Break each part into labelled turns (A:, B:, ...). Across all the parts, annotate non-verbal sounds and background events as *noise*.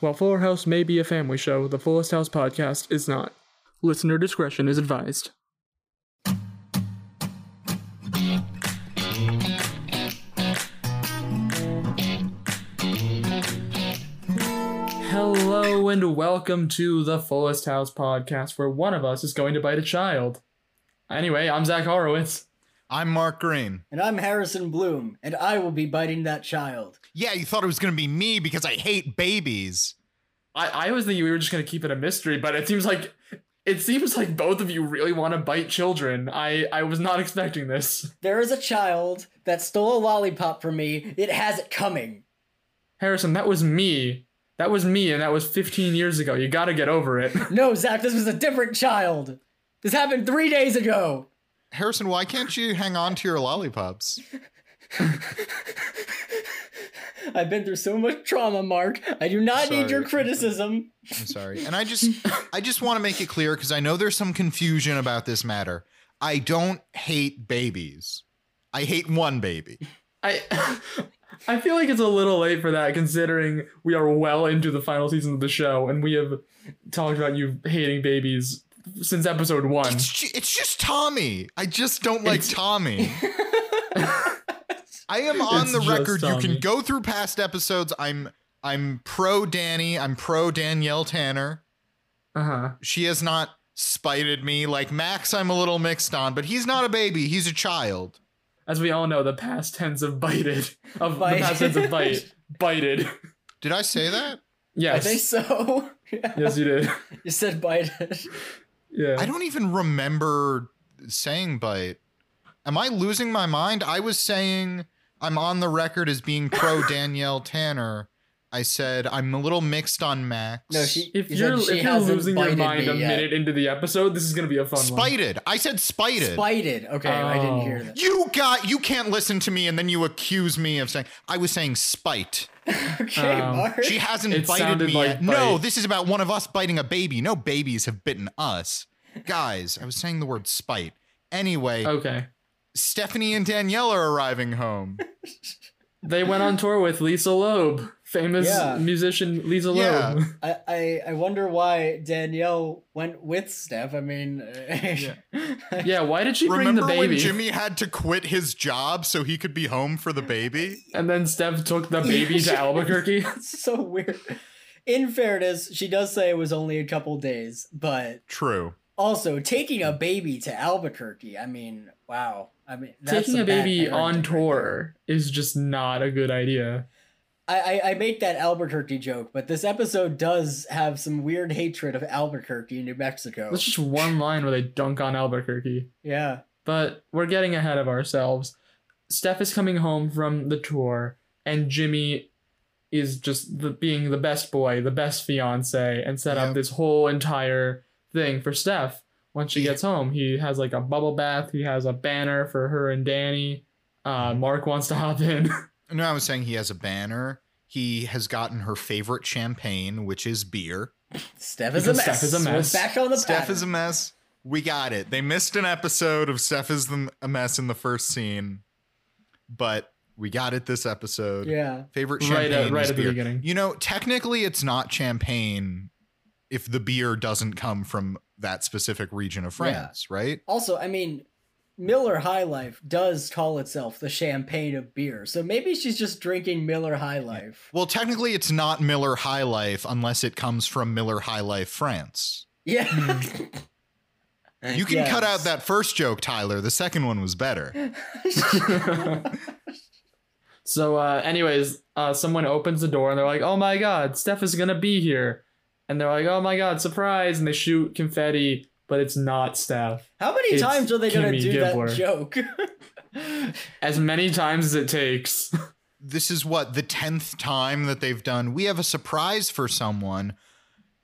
A: While Fuller House may be a family show, the Fullest House podcast is not. Listener discretion is advised. Hello and welcome to the Fullest House podcast, where one of us is going to bite a child. Anyway, I'm Zach Horowitz.
B: I'm Mark Green.
C: And I'm Harrison Bloom, and I will be biting that child.
B: Yeah, you thought it was going to be me because I hate babies.
A: I, I was thinking we were just going to keep it a mystery, but it seems like it seems like both of you really want to bite children. I I was not expecting this.
C: There is a child that stole a lollipop from me. It has it coming.
A: Harrison, that was me. That was me, and that was 15 years ago. You got to get over it.
C: No, Zach, this was a different child. This happened three days ago.
B: Harrison, why can't you hang on to your lollipops?
C: I've been through so much trauma, Mark. I do not need your
B: Sorry.
C: criticism.
B: I'm sorry. And I just I just want to make it clear because I know there's some confusion about this matter. I don't hate babies. I hate one baby.
A: I *laughs* I feel like it's a little late for that considering we are well into the final season of the show and we have talked about you hating babies since episode 1.
B: It's ju- it's just Tommy. I just don't like
A: It's-
B: Tommy.
A: *laughs*
B: I am on
A: It's
B: the
A: just
B: record. You
A: Tommy.
B: can go through past episodes. I'm I'm pro Danny. I'm pro Danielle Tanner.
A: Uh-huh.
B: she has not spited me like max i'm a little mixed on but he's not a baby he's a child
A: As we all know, the past tense of bited of
C: Bited.
A: the past tense of bite bited.
B: did i say that
C: I
A: Yes.
C: think so. *laughs* Yeah.
A: Yes, you did.
C: You said bite it.
A: Yeah.
B: i don't even remember saying bite am i losing my mind i was saying i'm on the record as being
C: *laughs*
B: pro danielle tanner i said i'm a little mixed on max
C: No, she.
A: if
C: you
A: you're
C: said she
A: if you're
C: hasn't
A: losing your
C: bited
A: mind
C: me
A: a
C: yet.
A: minute into the episode, this is going to be a fun one.
B: spited i said spited
C: Spited. Okay, I
A: Oh.
C: didn't hear that. *laughs*
B: you got you can't listen to me and then you accuse me of saying i was saying spite
C: Okay,
A: Um,
C: Mark.
B: She hasn't
A: It
B: bited
A: sounded
B: me
A: like
B: yet. No,
A: bite.
B: this is about one of us biting a baby. No babies have bitten us. Guys, I was saying the word spite. Anyway,
A: Okay.
B: Stephanie and Danielle are arriving home.
A: They went on tour with Lisa Loeb, famous
C: Yeah.
A: musician Lisa
B: Yeah.
A: Loeb. *laughs*
C: I, I, I wonder why Danielle went with Steph. I mean, *laughs*
A: Yeah, why did she *laughs* bring the
B: Remember
A: baby?
B: when Jimmy had to quit his job so he could be home for the baby?
A: and then Steph took the baby
C: *laughs*
A: to Albuquerque.
C: it's so weird. In fairness, she does say it was only a couple days, but
B: True.
C: also taking a baby to Albuquerque. I mean, wow. I mean, that's
A: Taking a
C: bad
A: baby on
C: parenting right there.
A: tour is just not a good idea.
C: I, I I make that Albuquerque joke, but this episode does have some weird hatred of Albuquerque, New Mexico.
A: That's just one line where they dunk on Albuquerque.
C: Yeah.
A: But we're getting ahead of ourselves. Steph is coming home from the tour, and Jimmy is just the, being the best boy, the best fiance, and set up
B: Yep.
A: this whole entire thing for Steph. Once she
B: Yeah.
A: gets home, he has like a bubble bath. He has a banner for her and Danny. Uh, Mark wants to hop in. *laughs*
B: No, I was saying he has a banner. He has gotten her favorite champagne, which is beer.
C: Steph is a
A: Because
C: mess.
A: Steph is a
C: We're
A: mess.
C: back on the
B: Steph
C: pattern.
B: is a mess. We got it. They missed an episode of Steph is the- a mess in the first scene, but we got it this episode.
C: Yeah.
B: Favorite
A: Right
B: champagne
A: at- right
B: is
A: at the
B: beer.
A: beginning.
B: You know, technically, it's not champagne if the beer doesn't come from that specific region of France, right?
C: Also, I mean, Miller High Life does call itself the champagne of beer, so maybe she's just drinking Miller High Life.
B: Well, technically, it's not Miller High Life unless it comes from Miller High Life, France.
C: Yeah.
B: Hmm.
C: *laughs*
B: You can cut
C: Yes.
B: out that first joke, Tyler. The second one was better.
A: *laughs* so uh anyways uh someone opens the door and they're like oh my god steph is gonna be here and they're like oh my god surprise and they shoot confetti but it's not steph
C: How many
A: It's
C: times are they gonna
A: Kimmy
C: do
A: Gibbler.
C: that joke? *laughs*
A: as many times as it takes *laughs*
B: this is what the 10th time that they've done we have a surprise for someone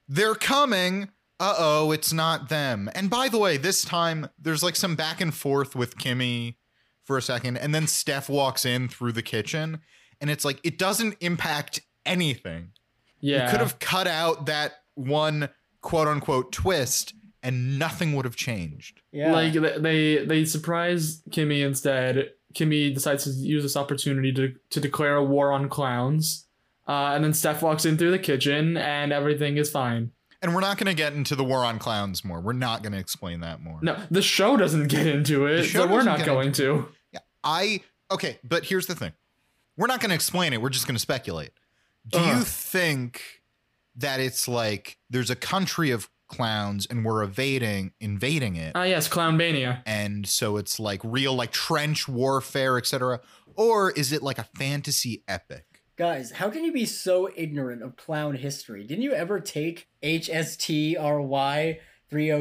B: they're coming uh-oh it's not them and by the way this time there's like some back and forth with kimmy for a second and then steph walks in through the kitchen and it's like it doesn't impact anything
A: yeah
B: you could have cut out that one quote unquote twist and nothing would have changed
C: yeah.
A: like th- they they surprise kimmy instead kimmy decides to use this opportunity to to declare a war on clowns Uh, and then Steph walks in through the kitchen and everything is fine.
B: And we're not going to get into the war on clowns more. We're not going to explain that more.
A: No, the show doesn't get into it,
B: show
A: so we're
B: doesn't
A: not
B: get
A: going to.
B: I okay, but here's the thing. We're not going to explain it. We're just going to speculate. Do
A: Uh-huh.
B: you think that it's like there's a country of clowns and we're evading invading it
A: Ah, yes, Clownbania.
B: and so it's like real like trench warfare, etc. Or is it like a fantasy epic?
C: Guys, how can you be so ignorant of clown history? Didn't you ever take HSTRY 303,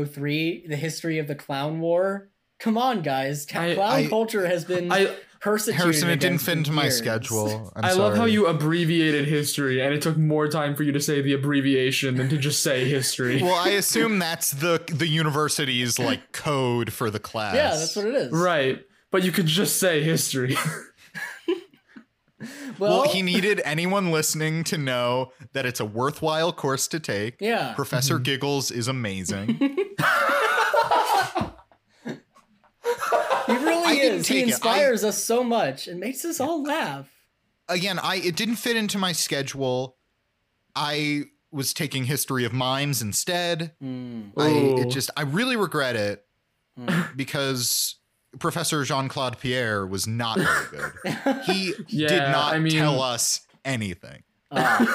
C: the history of the clown war? Come on, guys. Ca-
A: I-
C: clown
B: I-
C: culture has been
A: I
C: persecuted.
B: Harrison, it didn't
C: against
B: fit
C: for
B: into my
C: years.
B: schedule. I'm
A: i love how
B: sorry.
A: you abbreviated history, and it took more time for you to say the abbreviation than to just say
B: *laughs*
A: history.
B: Well, I assume that's the the university's like code for the class.
C: Yeah, that's what it is.
A: right, but you could just say history. *laughs*
C: Well,
B: Well, he needed anyone listening to know that it's a worthwhile course to take.
C: yeah.
B: Professor
A: Mm-hmm.
B: Giggles is amazing.
C: He really
B: I didn't
C: is. He
B: take it. I-
C: inspires us so much and makes us all laugh.
B: Again, I it didn't fit into my schedule. I was taking history of mimes instead. *laughs*
C: Mm.
B: I it
A: Ooh.
B: just I really regret it
C: Mm.
B: because Professor Jean-Claude Pierre was not very good. He
A: *laughs*
B: did
A: Yeah,
B: not
A: I mean-
B: tell us anything.
C: Ah,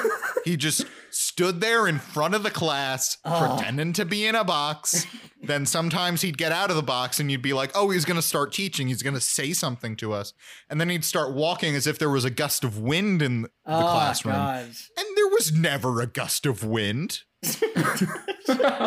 B: He just stood there in front of the class,
C: Oh.
B: pretending to be in a
C: *laughs*
B: box. then sometimes he'd get out of the box and you'd be like, oh, he's going to start teaching. He's going to say something to us. And then he'd start walking as if there was a gust of wind in the
C: oh,
B: classroom.
C: God.
B: And there was never a gust of wind.
A: *laughs*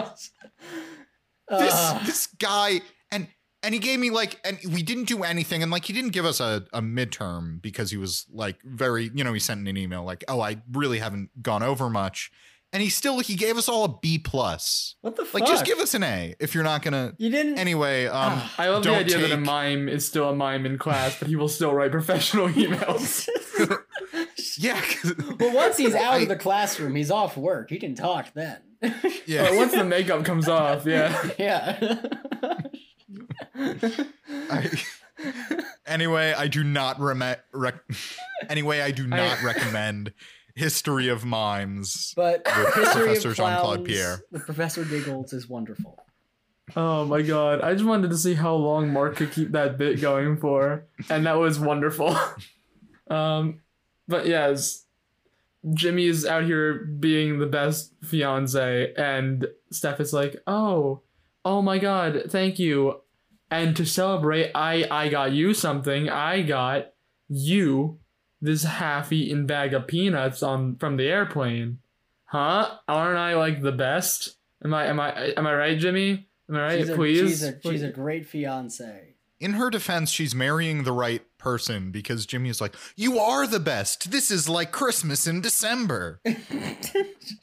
B: This,
C: Ah.
B: this guy, and and he gave me like, and we didn't do anything. And like, he didn't give us a, a midterm because he was like very, you know, he sent an email like, oh, I really haven't gone over much. And he still, he gave us all a B plus.
C: what the fuck?
B: Like, just give us an A if you're not gonna.
C: You didn't.
B: Anyway, um,
C: Ah.
A: I love
B: Don't
A: the idea that a
B: take-
A: mime is still a mime in class, but he will still write professional *laughs* emails.
B: yeah, 'cause-
C: Well, once he's
B: *laughs*
C: out
B: I-
C: of the classroom, he's off work. He can talk then. *laughs*
A: but
B: yeah.
A: once the makeup comes off, yeah. *laughs*
C: yeah.
B: I- anyway, I do not reme- rec- *laughs* Anyway, I do not recommend History of Mimes.
C: but
B: With
C: history
B: Professor
C: of
B: Jean-Claude
C: clowns,
B: Pierre.
C: The Professor Giggles is wonderful.
A: Oh my god. I just wanted to see how long Mark could keep that bit going for. And that was wonderful. *laughs* um but yes. Jimmy's out here being the best fiance and Steph is like, Oh, oh my god, thank you. And to celebrate, I I got you something. I got you this half eaten bag of peanuts on from the airplane. Huh? Aren't I like the best? Am I am I am I right, Jimmy? Am I right?
C: she's, a,
A: please.
C: she's, a, she's a
A: Please.
C: great fiance. *laughs*
B: In her defense, she's marrying the right person because Jimmy is like, "You are the best. This is like Christmas
A: *laughs*
B: in December."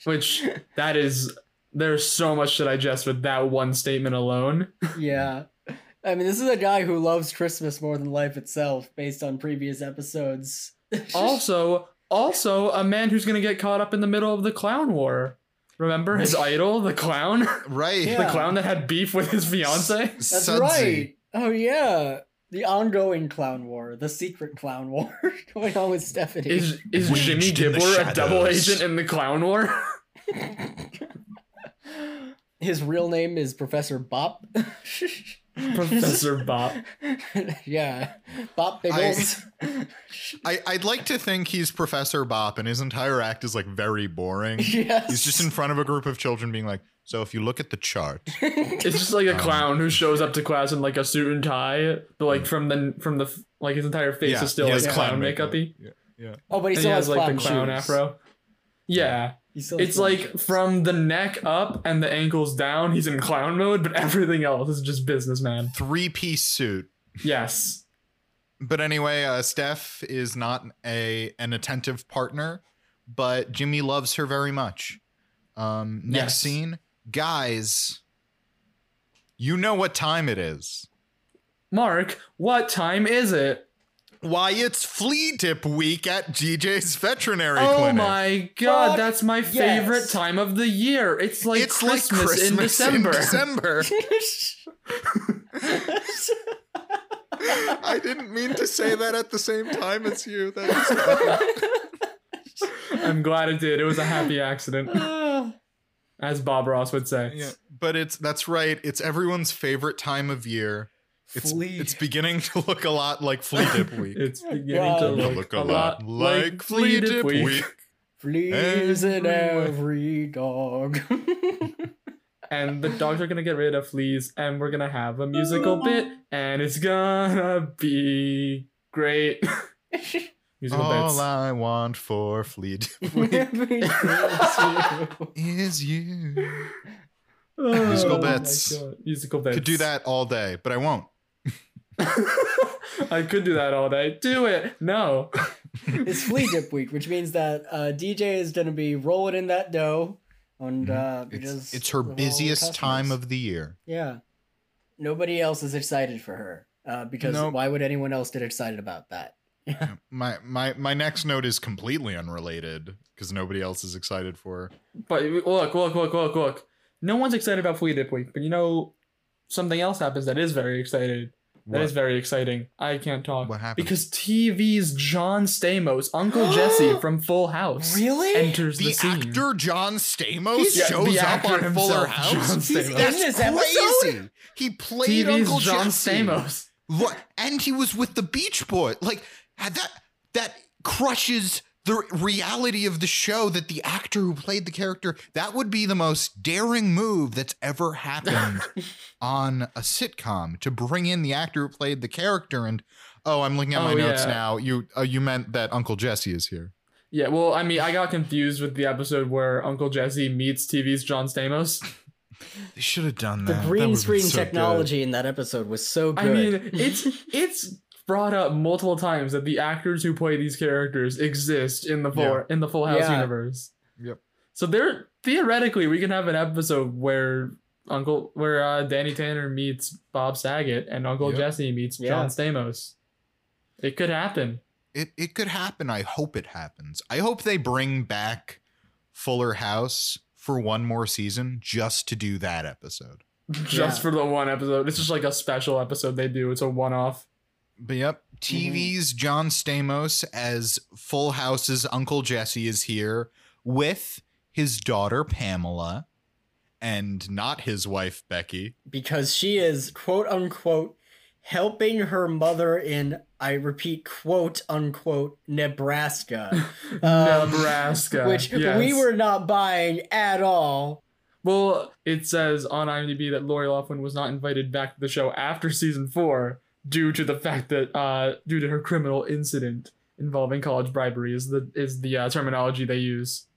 A: Which that is there's so much to digest with that one statement alone.
C: yeah. I mean, this is a guy who loves Christmas more than life itself, based on previous episodes. *laughs*
A: also, also a man who's gonna get caught up in the middle of the clown war. Remember
B: *laughs*
A: his idol, the clown, *laughs*
B: Right.
C: Yeah.
A: the clown that had beef with his fiance.
C: That's
B: Sudsy.
C: right. Oh yeah, the ongoing clown war, the secret clown war *laughs* going on with Stephanie.
A: Is is
B: Waged
A: Jimmy
B: in the
A: Gibbler a double
B: shadows.
A: agent in the clown war?
B: *laughs*
C: His real name is Professor Bop.
A: *laughs* Professor Bop.
C: *laughs* yeah, Bop Biggles. *laughs*
B: I, I'd like to think he's Professor Bop, and his entire act is like very boring.
C: *laughs* yes.
B: He's just in front of a group of children, being like, "So if you look at the chart,
A: It's just
B: Um,
A: like a clown who shows up to class in like a suit and tie, but like from the from the like his entire face is still
B: he
A: like
B: has
A: clown,
B: makeup.
A: makeupy.
B: Yeah, yeah.
C: *laughs* oh, but he
A: And
C: still
A: he
C: has,
A: has like the
C: clown
A: clown
C: shoes.
A: afro. Yeah.
C: He still has
A: It's
C: clown
A: like
C: shoes. *laughs*
A: from the neck up and the ankles down, he's in clown mode, but everything else is just businessman.
B: Three piece suit.
A: Yes.
B: But anyway, uh, Steph is not a an attentive partner, but Jimmy loves her very much. Um, next
A: Yes.
B: scene, guys. You know what time it is.
A: Mark, what time is it?
B: Why it's flea dip week at GJ's veterinary
A: oh
B: clinic.
A: my god,
C: Fuck
A: that's my favorite time of the year. It's like,
B: it's
A: Christmas,
B: like Christmas
A: in December.
B: *laughs* December. I didn't mean to say that at the same time as you. That's
A: *laughs* I'm glad it did. It was a happy accident,
C: Ah.
A: as Bob Ross would say.
B: Yeah, but it's that's right. It's everyone's favorite time of year. It's
C: Flea.
B: it's beginning to look a lot like Flea
A: *laughs*
B: Dip Week.
A: It's beginning to
C: God.
B: It'll
A: look, a lot, like Flea Dip Week.
C: Fleas in
B: Everywhere.
C: every dog. *laughs*
A: And the dogs are gonna get rid of fleas, and we're gonna have a musical bit, and it's gonna be great. *laughs* musical
B: All
A: bits.
B: I want for Flea Dip
A: *laughs*
C: Every dog's you.
B: is you.
A: Oh
B: Musical
A: my
B: bits.
A: God. Musical bits.
B: Could do that all day, but I won't.
A: *laughs* I could do that all day. Do it. No.
C: It's flea dip week, which means that uh, DJ is going to be rolling in that dough, and uh,
B: Mm-hmm. It's,
C: because
B: it's her
C: of all the
B: busiest time
C: customers.
B: of the
A: *laughs*
B: year.
C: yeah. Nobody else is excited for her uh, because
B: Nope.
C: why would anyone else get excited about that?
B: My my my next note is completely unrelated because nobody else is excited for. her.
A: But look, look, look, look, look. No one's excited about Flea Dip Week, but you know, something else happens that is very excited. That is
B: What?
A: very exciting. I can't talk.
B: What happened?
A: Because TV's John Stamos, Uncle
B: *gasps*
A: Jesse from Full House,
C: Really?
A: enters the,
B: the
A: scene.
B: actor John Stamos
A: He's- Yeah,
B: shows
A: the
B: up
A: actor
B: on Fuller
A: himself,
B: House.
A: John He's Stamos.
B: That's
C: in this
B: crazy.
C: episode?
B: He played
A: TV's
B: Uncle
A: John
B: Jesse.
A: Stamos.
B: Look, and he was with the Beach Boy. Like had that that crushes the reality of the show that the actor who played the character that would be the most daring move that's ever
C: *laughs*
B: happened on a sitcom to bring in the actor who played the character and oh I'm looking at my
A: Oh,
B: notes
A: yeah.
B: now you uh, you meant that Uncle Jesse is here
A: Yeah, well, I mean, I got confused with the episode where Uncle Jesse meets TV's John Stamos.
B: they should have done
C: The
B: that That
C: green
B: would've been
C: screen
B: so good.
C: technology in that episode was so good.
A: I
B: *laughs*
A: mean, it's it's brought up multiple times that the actors who play these characters exist in the full
B: Yeah.
A: in the Full House
C: Yeah.
A: universe.
B: Yep.
A: So there theoretically we can have an episode where Uncle where uh, Danny Tanner meets Bob Saget and Uncle
B: Yep.
A: Jesse meets
C: Yeah.
A: John Stamos. It could happen. *laughs*
B: it it could happen. I hope it happens. I hope they bring back Fuller House for one more season just to do that episode.
A: Just
C: Yeah.
A: for the one episode. It's just like a special episode they do. It's a one off.
B: But yep, TV's John Stamos as Full House's Uncle Jesse is here with his daughter Pamela and not his wife Becky.
C: *laughs* because she is quote unquote helping her mother in I repeat quote unquote
A: *laughs*
C: Nebraska, um,
A: Nebraska.
C: *laughs* which we
A: yes.
C: were not buying at all.
A: Well, it says on IMDb that Lori Loughlin was not invited back to the show after season four due to the fact that uh, due to her criminal incident involving college bribery is the is the uh, terminology they use.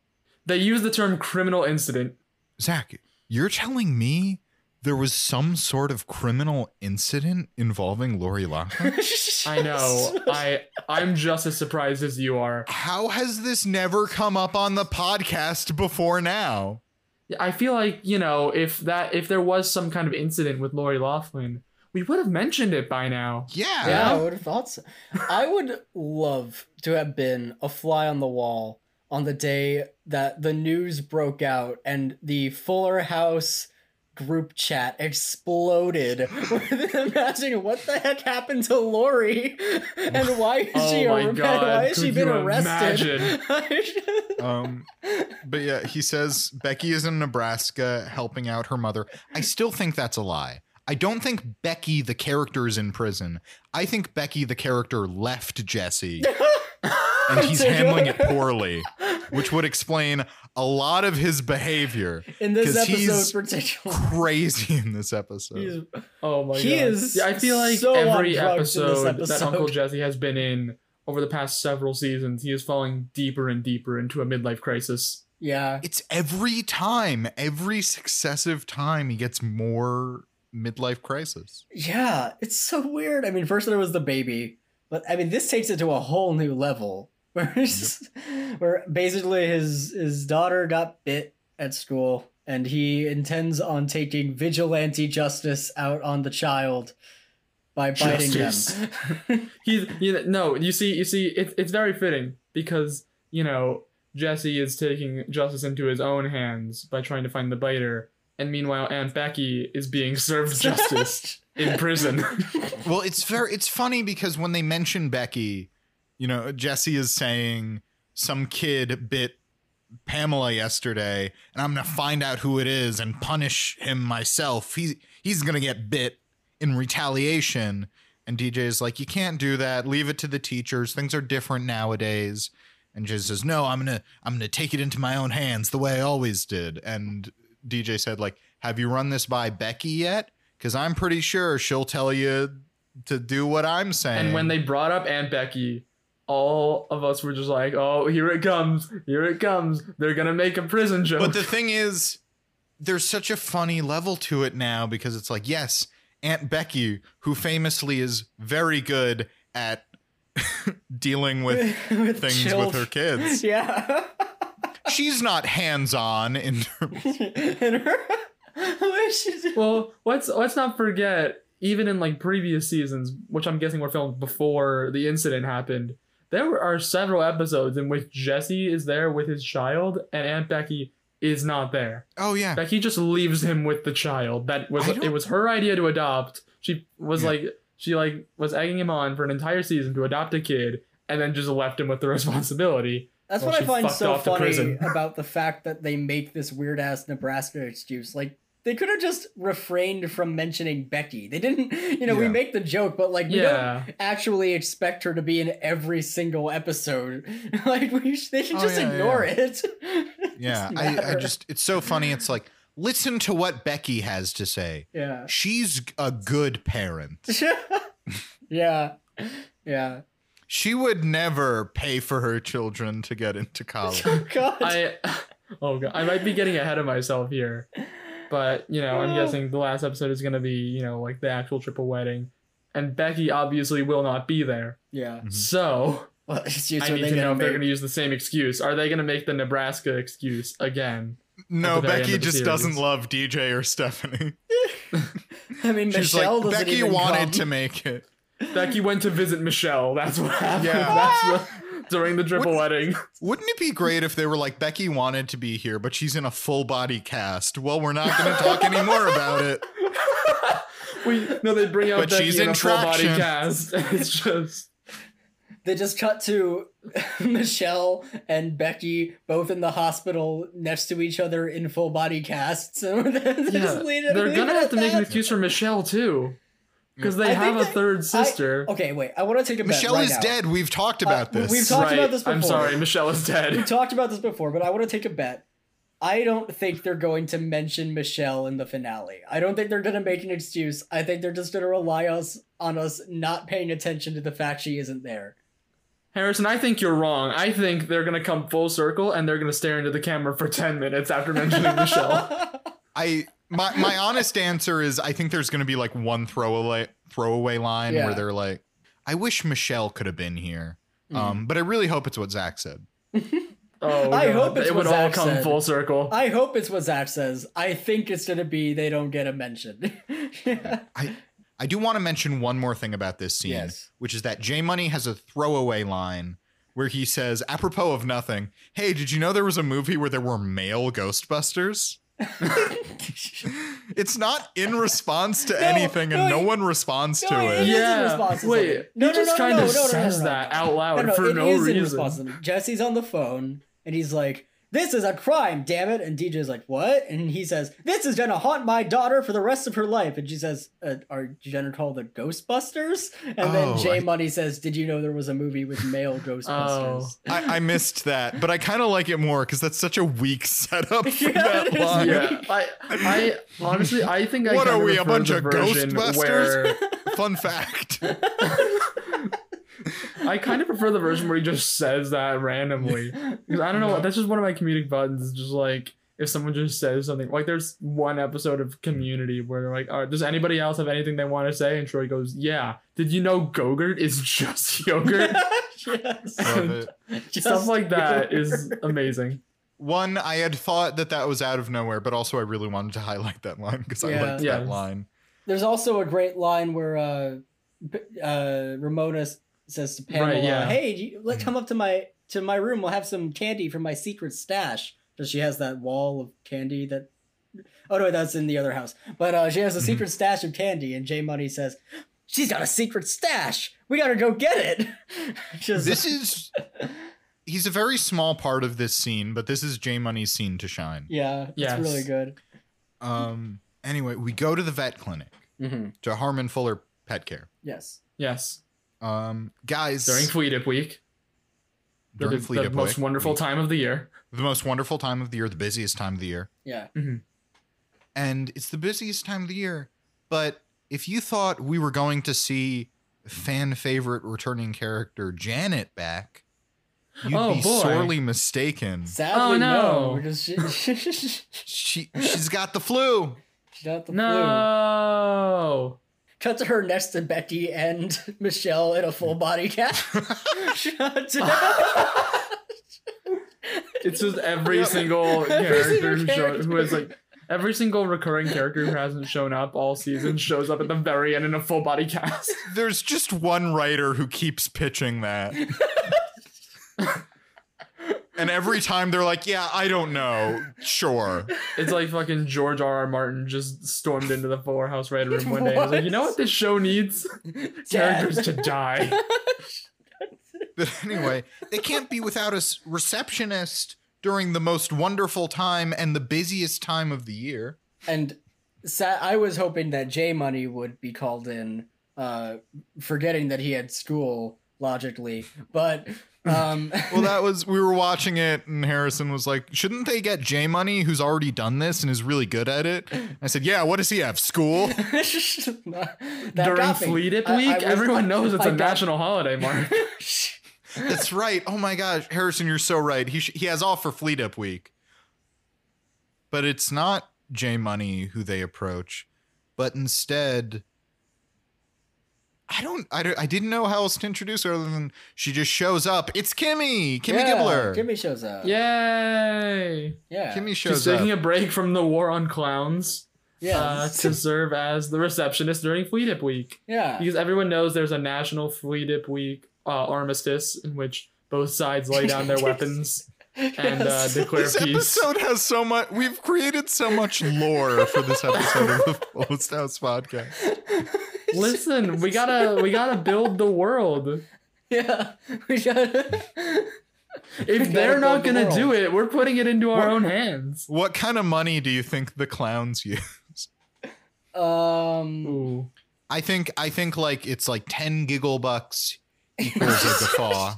A: They use the term criminal incident.
B: Zach, you're telling me there was some sort of criminal incident involving Lori Loughlin?
A: I
C: *laughs*
A: know. I I'm just as surprised as you are.
B: How has this never come up on the podcast before now?
A: I feel like you know if that if there was some kind of incident with Lori Loughlin, we would have mentioned it by now.
B: Yeah.
C: Yeah, I would have thought so. I would love to have been a fly on the wall on the day that the news broke out and the Fuller House group chat exploded *laughs* with imagining what the heck happened to Lori *laughs* and why is
A: Oh
C: she
A: my
C: arrested?
A: God,
C: Why has
A: could
C: she been
A: you
C: arrested? *laughs*
A: imagine?
B: *laughs* Um but yeah, he says Becky is in Nebraska helping out her mother. I still think that's a lie. I don't think Becky the character is in prison. I think Becky the character left
C: *laughs*
B: Jesse and he's handling it poorly, which would explain a lot of his behavior.
C: In this
B: 'Cause
C: episode,
B: he's
C: particularly,
A: *laughs*
B: Crazy in this episode.
C: he's
A: Oh my
C: He
A: god.
C: is
A: yeah, I feel like
C: so on
A: every
C: drugs in this
A: episode, that
C: episode.
A: Uncle Jesse has been in over the past several seasons, he is falling deeper and deeper into a midlife crisis.
C: yeah.
B: It's every time, every successive time he gets more midlife crisis.
C: Yeah, it's so weird. I mean, first there was the baby, but I mean, this takes it to a whole new level *laughs* where it's- where basically his his daughter got bit at school, and he intends on taking vigilante justice out on the child by biting
A: Justice.
C: them. *laughs*
A: He, you no, you see, you see, it, it's very fitting because you know Jesse is taking justice into his own hands by trying to find the biter, and meanwhile Aunt Becky is being *laughs* served
C: *laughs*
A: justice in prison.
B: Well, it's very it's funny because when they mention Becky, you know, Jesse is saying some kid bit Pamela yesterday, and I'm gonna find out who it is and punish him myself. He's he's gonna get bit in retaliation. And DJ is like, you can't do that. Leave it to the teachers. Things are different nowadays. And Jizz says, no, I'm gonna I'm gonna take it into my own hands the way I always did. And DJ said, like, have you run this by Becky yet? Because I'm pretty sure she'll tell you to do what I'm saying.
A: And when they brought up Aunt Becky, all of us were just like, "Oh, here it comes! Here it comes! They're gonna make a prison joke."
B: But the thing is, there's such a funny level to it now because it's like, yes, Aunt Becky, who famously is very good at *laughs*
A: *laughs*
B: dealing with
C: with
B: things
C: children.
B: with her kids,
C: *laughs* Yeah.
B: she's not hands on in *laughs*
C: and her. *laughs* what she did-
A: well, let's let's not forget, even in like previous seasons, which I'm guessing were filmed before the incident happened, there are several episodes in which Jesse is there with his child and Aunt Becky is not there.
B: Oh yeah.
A: Becky just leaves him with the child. That was
B: I don't-
A: it was her idea to adopt. She was
B: Yeah.
A: like she like was egging him on for an entire season to adopt a kid and then just left him with the *laughs* responsibility.
C: That's
A: Well,
C: what I
A: she
C: find
A: fucked
C: so
A: off to
C: funny
A: prison. *laughs*
C: about the fact that they make this weird ass Nebraska excuse. Like they could have just refrained from mentioning Becky. They didn't. You know, we
B: Yeah.
C: make the joke, but like we
A: Yeah.
C: don't actually expect her to be in every single episode. *laughs* like we, sh- they should
B: Oh,
C: just
B: yeah, yeah,
C: ignore
B: yeah.
C: it. *laughs*
B: Yeah.
C: Doesn't
B: I, I
C: matter.
B: just it's so funny. It's like, listen to what Becky has to say.
C: yeah.
B: She's a good parent.
C: *laughs* yeah. Yeah.
B: She would never pay for her children to get
A: *laughs*
B: into college.
C: *laughs* Oh God. *laughs*
A: I oh god, I might be getting ahead of myself here. But, you know, I'm
C: Yeah.
A: guessing the last episode is going to be, you know, like the actual triple wedding and Becky obviously will not be there.
C: yeah.
B: Mhm.
A: So,
B: *laughs*
C: What excuse
A: I
C: are
A: need
C: they
A: to know
C: gonna
A: if they're
C: make?
A: going to use the same excuse. Are they going to make the Nebraska excuse again?
B: No,
A: At the very
B: Becky
A: end of the
B: just doesn't
A: series.
B: love DJ or Stephanie.
C: I mean,
B: She's
C: Michelle
B: like,
C: doesn't
B: Becky
C: even
B: wanted
C: come.
B: to make it.
A: Becky went to visit Michelle. That's what happened. *laughs*
B: Yeah.
A: That's what, during the triple
B: What-
A: wedding.
B: Wouldn't it be great if they were like, Becky wanted to be here, but she's in a full body cast? Well, we're not going to
C: *laughs*
B: talk anymore about it.
A: We no, they bring out
B: But
A: Becky
B: she's
A: in
B: in
A: a full body
B: traction.
A: cast. *laughs* It's just
C: They just cut to *laughs* Michelle and Becky both in the hospital next to each other in full body casts. *laughs* So *laughs* they
A: yeah.
C: just leave it,
A: They're
C: leave
A: gonna
C: it
A: have
C: at
A: to make an
C: that.
A: excuse for Michelle too, because they
C: I
A: have
C: think
A: a
C: that-
A: third sister.
C: Okay, wait. I want to take a
B: Michelle
C: bet right
B: is
C: now. Uh,
B: dead. We've talked about
C: we've
B: this.
C: talked- about
A: right.
C: this
A: I'm
C: before.
A: sorry, Michelle is
C: We
A: dead.
C: talked about this before, but I want to take a bet. I don't think they're going to mention Michelle in the finale. I don't think they're going to make an excuse. I think they're just going to rely us on us not paying attention to the fact she isn't there. *laughs*
A: Harrison, I think you're wrong. I think they're gonna come full circle and they're gonna stare into the camera for ten minutes after mentioning
C: *laughs*
A: Michelle.
B: I my my honest answer is I think there's going to be like one throwaway throwaway line
C: Yeah.
B: where they're like, I wish Michelle could have been here.
C: Mm-hmm.
B: Um, but I really hope it's what Zach said.
A: Oh,
C: I
A: God.
C: hope it's
A: it
C: what
A: would all
C: Zach
A: come
C: said.
A: full circle.
C: I hope it's what Zach says. I think it's gonna be they don't get a mention. *laughs* yeah.
B: I I do want to mention one more thing about this scene,
C: Yes.
B: which is that J Money has a throwaway line where he says, apropos of nothing, hey, did you know there was a movie where there were male Ghostbusters? It's not in
C: *laughs*
B: response to anything, and
C: no,
B: no
C: it-
B: one responds
C: no,
B: to
C: it
B: it.
C: *laughs* is- in
A: yeah.
C: response to something.
A: Wait,
C: No,
A: he
C: no,
A: just
C: no,
A: kind
C: no,
A: of
C: no, no, no,
A: says
C: no.
A: that out
C: No,
A: loud
C: no,
A: *laughs* for
C: it
A: no
C: is in
A: reason.
C: response to them. Jesse's on the phone and he's like, "This is a crime, damn it!" And DJ's like, "What?" And he says, "This is gonna haunt my daughter for the rest of her life." And she says, uh, "Are you gonna call the Ghostbusters?" And then
B: Oh,
C: J
B: I-
C: Money says, "Did you know there was a movie with
A: Oh.
C: male Ghostbusters?"
B: I, I missed that, but I kind of like it more because that's such a weak
C: *laughs*
B: setup for
C: Yeah, it
B: that
C: is
B: line.
C: *laughs*
A: Yeah, I, I honestly, I think I
B: What
A: kinda
B: are we, a
A: prefer
B: bunch
A: the
B: of
A: version
B: Ghostbusters? *laughs* Fun fact.
A: Where, I kind of prefer the version where he just says that
C: *laughs*
A: randomly. 'Cause I don't know. That's just one of my comedic buttons. Is just like if someone just says something. Like there's one episode of Community where they're like, "All right, does anybody else have anything they want to say?" And Troy goes, "Yeah. Did you know Gogurt is *laughs* just yogurt?
C: *laughs* yes.
B: Love it.
C: *laughs* Just
A: Stuff like that
C: Gilbert.
A: is amazing."
B: One, I had thought that that was out of nowhere, but also I really wanted to highlight that line because I
C: Yeah.
B: liked
A: Yeah.
B: that line.
C: There's also a great line where uh, B- uh, Ramona s- says to Pamela,
A: Right, yeah. Mm-hmm.
C: "Hey, do you, let come up to my to my room. We'll have some candy from my secret stash." Because she has that wall of candy that. Oh no, that's in the other house. But uh, she has
A: Mm-hmm.
C: a secret stash of candy, and J Money says, "She's got a secret stash. We gotta go get it." *laughs* Just
B: This is he's a very small part of this scene, but this is J Money's scene to shine.
C: Yeah,
A: Yes.
C: it's really good.
B: Um, anyway, we go to the vet clinic
C: Mm-hmm.
B: to Harmon Fuller Pet Care.
C: Yes.
A: Yes.
B: Um, guys,
A: During Fleetip Week.
B: during
A: the,
B: Fleet
A: the
B: of
A: most
B: Wick,
A: wonderful time of the year.
B: the most wonderful time of the year, the busiest time of the year,
C: Yeah.
B: and it's the busiest time of the year. But if you thought we were going to see fan favorite returning character Janet back, you'd
A: Oh,
B: be
A: boy.
B: sorely mistaken.
C: Sadly,
A: Oh,
C: no.
A: no.
C: We're just *laughs* she, she
B: She she's got the flu.
C: got the flu.
A: No.
C: Cut to her next to Becky and *laughs* Michelle in a full
A: Mm.
C: body cap.
A: *laughs*
C: Shut
A: It's
C: *laughs*
A: just every
B: Yeah.
A: single
C: Every
A: character
C: single
A: who, show, who has
C: character.
A: like every single recurring character who hasn't shown up all season shows up at the very end in a full body
C: *laughs*
A: cast.
B: There's just one writer who keeps pitching *laughs* that. and every time they're like, yeah, I don't know. Sure.
A: It's like fucking George R. R. Martin just stormed into the Fuller House writer room one day and was like, you know what this show needs?
C: *laughs*
A: Characters to die.
B: But anyway, they can't be without a s- receptionist during the most wonderful time and the busiest time of the year.
C: And sa- I was hoping that J Money would be called in, uh, forgetting that he had school logically. But
A: *laughs*
C: um,
B: Well, that was, we were watching it, and Harrison was like, shouldn't they get J Money, who's already done this and is really good at it? I said, yeah, what does he have? School?
C: *laughs* *laughs* that
A: During
C: got me.
A: Fleet It Week,
C: I- I was-
A: everyone knows it's
C: I
A: a
C: got- *laughs*
A: national holiday, Mark.
B: That's right. Oh my gosh, Harrison, you're so right. He sh- he has off for Fleet Up Week, but it's not J Money who they approach, but instead, I don't, I don't, I didn't know how else to introduce her other than she just shows up. It's Kimmy, Kimmy
C: yeah,
B: Gibbler. Kimmy,
C: Kimmy shows up.
A: Yay!
C: yeah.
B: shows
A: She's
B: up.
A: taking a break from the war on clowns.
C: yeah.
A: uh,
C: *laughs*
A: to serve as the receptionist during Fleet Dip Week. *laughs*
C: yeah.
A: Because everyone knows there's a national Fleet Dip Week uh, armistice in which both sides lay down
C: *laughs*
A: their weapons and uh,
C: Yes.
A: declare
B: this
A: peace.
B: episode has so much. We've created so much lore for this episode of the Post House Podcast.
C: *laughs*
A: Listen, we gotta we gotta build the world.
C: *laughs* yeah. We gotta.
A: If they're
C: build
A: not
C: the
A: gonna do
C: world.
A: it, we're putting it into our
B: What-
A: own hands.
B: What kind of money do you think the clowns use?
A: *laughs*
C: um.
A: Ooh.
B: I think I think like it's like ten giggle bucks equals a
C: *laughs*
B: guffaw.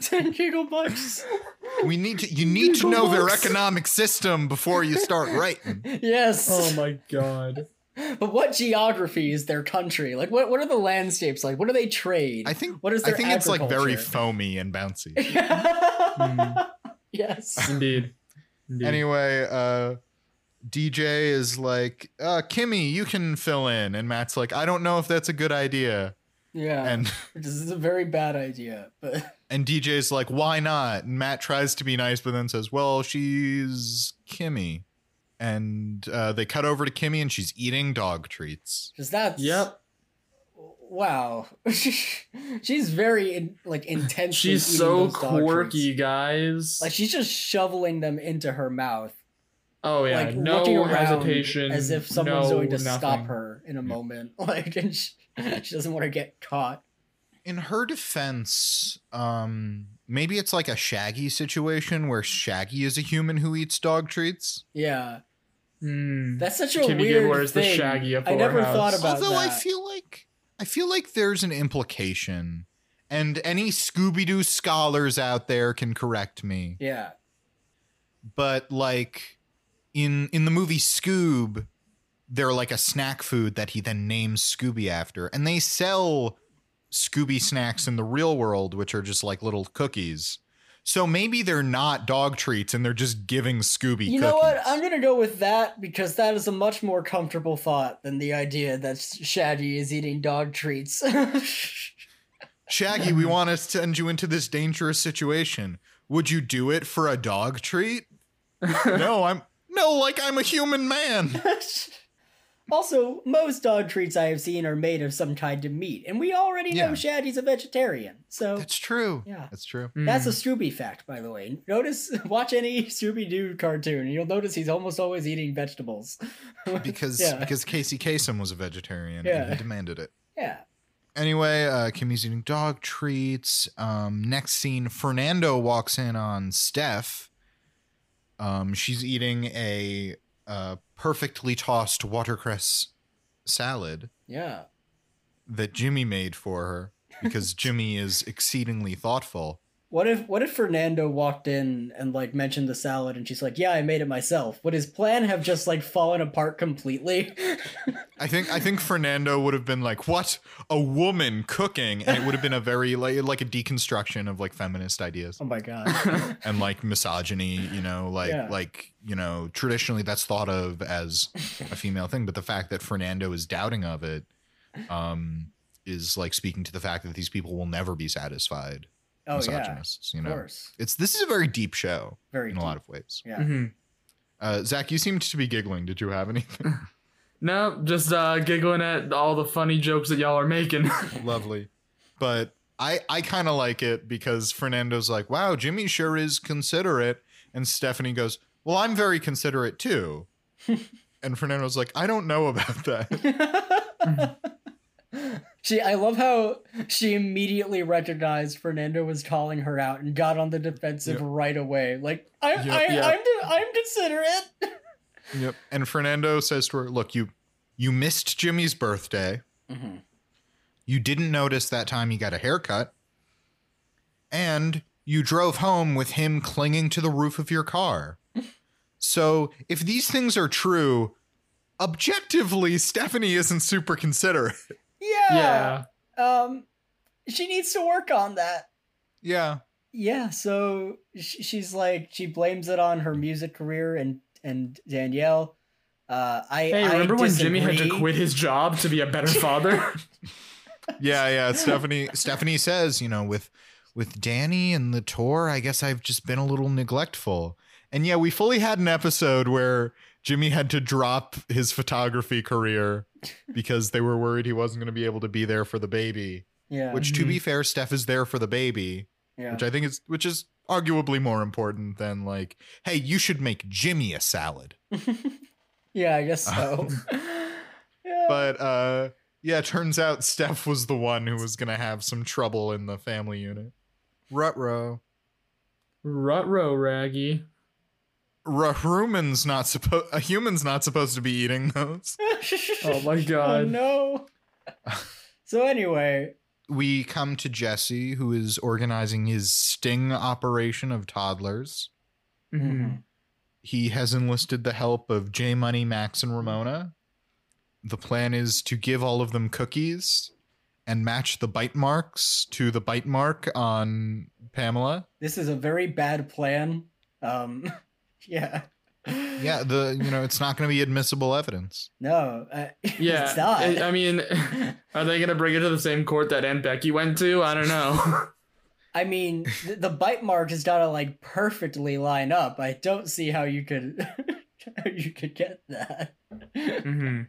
C: Ten giggle bucks.
B: We need to you need to
A: Giggle
B: know their
A: bucks.
B: economic system before you
C: *laughs*
B: start writing.
C: Yes.
A: Oh my god.
C: *laughs* But what geography is their country? Like, what, what are the landscapes like? What do they trade?
B: I think
C: What is
B: I
C: their
B: think it's like very
C: agriculture?
B: foamy and bouncy.
C: *laughs*
A: *laughs*
C: yes.
A: Indeed. Indeed.
B: Anyway, uh DJ is like, uh, Kimmy, you can fill in. And Matt's like, I don't know if that's a good idea.
C: Yeah.
B: And
C: this is a very bad idea, but *laughs*
B: and DJ's like, why not? And Matt tries to be nice, but then says, Well, she's Kimmy. And uh, they cut over to Kimmy and she's eating dog treats.
C: because that's
A: Yep.
C: Wow, *laughs* she's very in, like intense.
A: She's so quirky, guys.
C: Like she's just shoveling them into her mouth,
A: oh yeah,
C: like looking
A: no
C: around
A: hesitation.
C: as if someone's
A: no
C: going to stop
A: nothing.
C: her in a moment. *laughs* Like and she, she doesn't want to get caught.
B: in her defense, um, maybe it's like a Shaggy situation where Shaggy is a human who eats dog treats.
C: Yeah,
A: Hmm.
C: that's such a
A: Kimmy
C: weird
A: Gibbler is the
C: thing.
A: Shaggy of
C: I never
A: Fuller
C: thought
A: House.
C: about
B: Although I
C: that.
B: feel like I feel like there's an implication, and any Scooby Doo scholars out there can correct me.
C: yeah,
B: But like in in the movie Scoob, they're like a snack food that he then names Scooby after, and they sell Scooby snacks in the real world, which are just like little cookies. So maybe they're not dog treats, and they're just giving Scooby.
C: you know what? I'm gonna go with that because that is a much more comfortable thought than the idea that Shaggy is eating dog treats. *laughs*
B: Shaggy, we want to send you into this dangerous situation. Would you do it for a dog treat? no, I'm no, like I'm a human man.
C: also, most dog treats I have seen are made of some kind of meat, and we already
B: Yeah.
C: know Shaggy's a vegetarian. So
B: That's true.
C: Yeah.
B: that's true.
C: that's a
A: Hmm.
C: Scooby fact, by the way. Notice, *laughs* watch any Scooby Doo cartoon, and you'll notice he's almost always eating vegetables.
B: Because
C: Yeah.
B: because Casey Kasem was a vegetarian and
C: Yeah.
B: he demanded it.
C: yeah.
B: Anyway, uh, Kimmy's eating dog treats. Um, next scene, Fernando walks in on Steph. Um, she's eating a uh, perfectly tossed watercress salad
C: Yeah.
B: that Jimmy made for her
C: *laughs*
B: because Jimmy is exceedingly thoughtful.
C: What if what if Fernando walked in and like mentioned the salad and she's like, "Yeah, I made it myself." Would his plan have just like fallen apart completely? *laughs*
B: I think I think Fernando would have been like, "What? A woman cooking?" and it would have been a very like like a deconstruction of like feminist ideas
C: oh my god.
A: Mm.
B: and like misogyny, you know, like
C: Yeah.
B: like, you know, traditionally that's thought of as a female thing, but the fact that Fernando is doubting of it um is like speaking to the fact that these people will never be satisfied
C: Oh yeah.
B: misogynists, you
C: Of
B: know.
C: course.
B: It's this is a very deep show
C: Very
B: in
C: deep.
B: a lot of ways.
C: *laughs* yeah.
A: hmm
B: Uh Zach, you seemed to be giggling. Did you have anything?
A: No, just uh, giggling at all the funny jokes that y'all are making. *laughs*
B: Lovely. But I I kind of like it because Fernando's like, "Wow, Jimmy sure is considerate." And Stephanie goes, "Well, I'm very considerate too." and Fernando's like, "I don't know about that."
C: *laughs* She I love how she immediately recognized Fernando was calling her out and got on the defensive
B: Yeah.
C: right away. Like I,
B: Yeah.
C: I,
A: Yeah.
C: I'm de- I'm considerate.
B: yep. And Fernando says to her, "Look, you you missed Jimmy's birthday. You didn't notice that time you got a haircut. And you drove home with him clinging to the roof of your car. So, if these things are true, objectively, Stephanie isn't super considerate.
C: Yeah.
A: yeah.
C: Um, she needs to work on that.
B: Yeah.
C: yeah so sh- she's like she blames it on her music career and and danielle uh i
A: Hey,
C: I
A: remember when Jimmy had to
C: disagree.
A: quit his job to be a better *laughs* father?
B: Yeah, yeah. Stephanie Stephanie says, you know, with with Danny and the tour, I guess I've just been a little neglectful. And yeah, we fully had an episode where Jimmy had to drop his photography career because they were worried he wasn't going to be able to be there for the baby.
C: yeah
B: Which, to be fair, Steph is there for the baby,
C: yeah
B: which I think is which is arguably more important than like, hey, you should make Jimmy a salad.
C: yeah i guess so
A: *laughs*
C: *laughs* yeah *laughs*
B: But uh, yeah, turns out Steph was the one who was gonna have some trouble in the family unit. Rutro.
A: Rutro Raggy.
B: R- human's not supposed. A human's not supposed to be eating those.
A: Oh my
C: *laughs* oh,
A: god.
C: no
A: *laughs*
C: so anyway
B: we come to Jesse, who is organizing his sting operation of toddlers.
C: mm-hmm.
A: Mhm.
B: he has enlisted the help of J Money, Max, and Ramona. The plan is to give all of them cookies and match the bite marks to the bite mark on Pamela.
C: this is a very bad plan um *laughs* yeah
B: Yeah, the you know, it's not going to be admissible evidence.
C: no uh, *laughs*
A: Yeah.
C: it's not
A: I- I mean, are they gonna bring it to the same court that Aunt Becky went to? I don't know. *laughs*
C: I mean, th- the bite mark has got to like perfectly line up. I don't see how you could *laughs* how you could get that.
A: hmm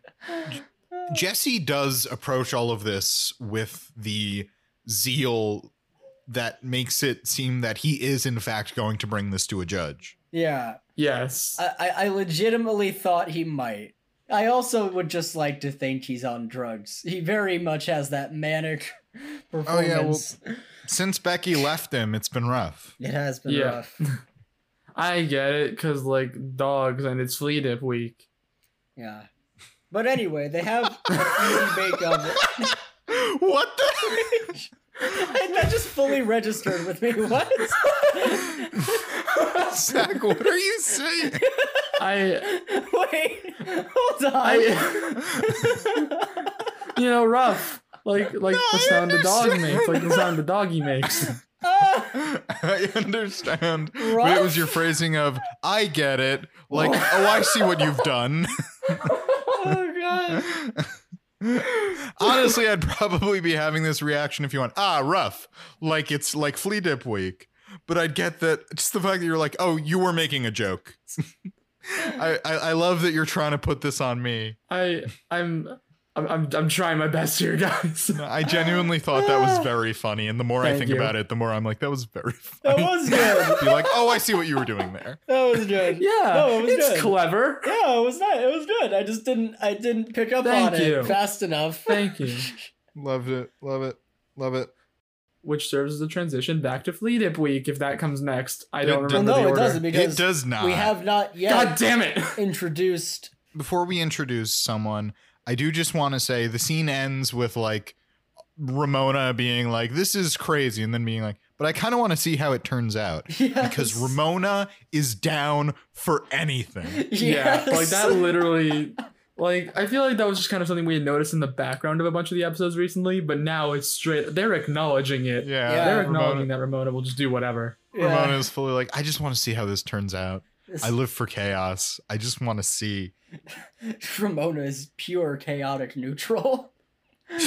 B: Jesse does approach all of this with the zeal that makes it seem that he is in fact going to bring this to a judge.
C: Yeah,
A: Yes.
C: I, I I legitimately thought he might. I also would just like to think he's on drugs. He very much has that manic *laughs*
B: well-
C: performance.
B: Since Becky left him, it's been rough.
C: It has been
A: Yeah.
C: rough.
A: I get it, cause like dogs and it's flea dip week.
C: Yeah. But anyway, they have an easy bake oven.
B: What the
C: And *laughs* that just fully registered with me. What?
B: Zach, what are you saying?
A: I,
C: *laughs* Wait, hold on.
A: I, you know, rough. Like like
B: No,
A: the
B: I
A: sound a dog
B: understand.
A: makes, like the sound a doggy makes.
C: Ah!
B: I understand. But
C: Rough?
B: it was your phrasing of I get it. Like, oh, I see what you've done.
C: *laughs* oh god.
B: *laughs* Honestly, I'd probably be having this reaction if you went, ah, rough. Like it's like flea dip week. But I'd get that just the fact that you're like, oh, you were making a joke. *laughs* I, I, I love that you're trying to put this on me.
A: I I'm I'm I'm, I'm trying my best here, *laughs* guys.
B: I genuinely thought that *sighs* was very funny. And the more I
A: Thank
B: think
A: you.
B: about it, the more I'm like, that was very *laughs* funny.
C: That was good.
B: Be like, oh, I see what you were doing there.
C: That was good.
A: Yeah,
C: No, it was
A: it's
C: good.
A: clever.
C: Yeah, it was not. It was good. I just didn't. I didn't pick up
A: Thank
C: on
A: you.
C: it fast enough.
A: Thank you.
B: Loved it. Love it. Love it.
A: which serves as a transition back to Fleet Dip Week if that comes next. I don't
B: It
A: remember
B: does- Well,
C: Well,
A: the
C: no,
A: order.
C: it doesn't because
B: it does not.
C: we have not yet
A: God damn
C: *laughs*
A: it!
C: introduced. *laughs*
B: Before we introduce someone, I do just want to say the scene ends with like Ramona being like, "This is crazy," and then being like, "But I kind of want to see how it turns out." *laughs* Because
C: Yes.
B: Ramona is down for anything.
C: Yes.
A: Yeah, like that literally. Like I feel like that was just kind of something we had noticed in the background of a bunch of the episodes recently, but now it's straight. They're acknowledging it.
B: *laughs* Yeah,
C: Yeah.
A: they're
B: Ramona,
A: acknowledging that Ramona will just do whatever.
C: *laughs* Yeah.
B: Ramona is fully like, "I just want to see how this turns out. I live for chaos. I just want to *laughs* see."
C: Ramona is pure chaotic neutral. *laughs*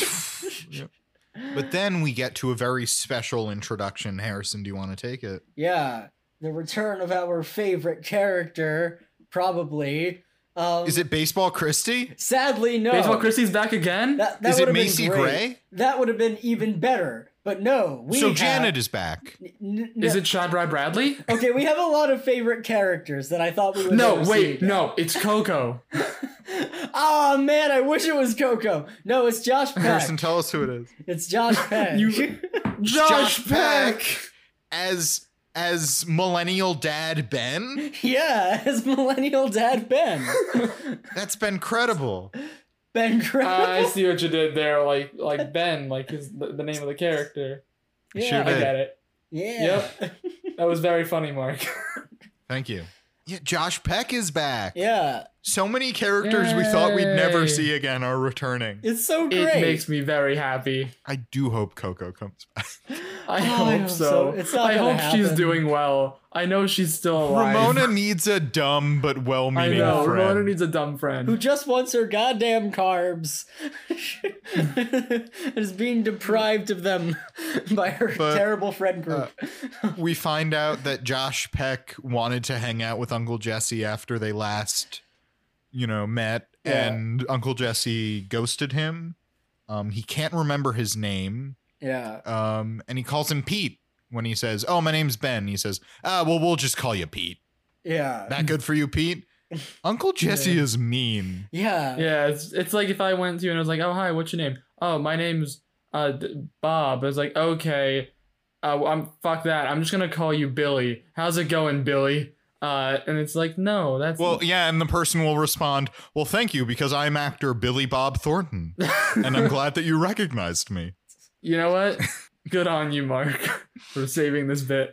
B: But then we get to a very special introduction. Harrison, do you want to take it?
C: Yeah, the return of our favorite character, probably. Um,
B: Is it Baseball Christie?
C: Sadly, no.
A: Baseball Christie's back again.
C: That, that
B: Is it
C: would've been
B: Macy
C: great.
B: Gray?
C: That would have been even better. But no, we
B: so
C: have,
B: Janet is back.
C: N- n-
A: Is it Chad Bry Bradley?
C: Okay, we have a lot of favorite characters that I thought we would.
A: No,
C: never
A: wait,
C: see.
A: no, it's Coco.
C: Ah man, I wish it was Coco. No, it's Josh Peck.
B: Harrison, tell us who it is.
A: *laughs*
C: It's Josh Peck.
A: You-
B: Josh Peck as as millennial dad Ben.
C: *laughs* yeah, it's millennial dad Ben.
B: That's been credible.
C: ben
A: *laughs* Uh, I
C: Crowder.
A: see what you did there. Like, like Ben, like his the, the name of the character.
B: You
C: Yeah.
A: I
B: sure did.
A: get it.
C: yeah.
A: That was very funny, Mark.
B: Thank you. Yeah, Josh Peck is back.
C: Yeah.
B: So many characters we thought we'd never
A: Yay.
B: see again are returning.
C: It's so great.
A: It makes me very happy.
B: I do hope Coco comes back.
A: I
C: Oh, I
A: hope
C: hope
A: so.
C: so. It's not
A: I hope
C: gonna
A: she's
C: happen.
A: doing well. I know she's still alive.
B: Ramona needs a dumb but
A: I
B: well-meaning
A: know.
B: friend.
A: Ramona needs a dumb friend.
C: who just wants her goddamn carbs *laughs* is being deprived of them *laughs* by her
B: But,
C: terrible friend
A: uh,
C: group.
B: we find out that Josh Peck wanted to hang out with Uncle Jesse after they last, you know, met,
C: Yeah.
B: and Uncle Jesse ghosted him. Um, he can't remember his name,
C: yeah.
B: um, and he calls him Pete when he says, "Oh, my name's Ben." He says, "Ah, well, we'll just call you Pete.
C: Yeah.
B: That good for you, Pete." Uncle Jesse is mean.
C: yeah.
A: yeah, it's, it's like if I went to you and I was like, "Oh hi, what's your name?" "Oh, my name's uh D- Bob." I was like, "Okay, uh, well, I'm fuck that. I'm just gonna call you Billy. How's it going, Billy?" Uh, and it's like, no, that's
B: Well, yeah, and the person will respond, "Well, thank you, because I'm actor Billy Bob Thornton, and I'm glad that you recognized me."
A: you know what?
B: *laughs*
A: Good on you, Mark, *laughs* for saving this bit.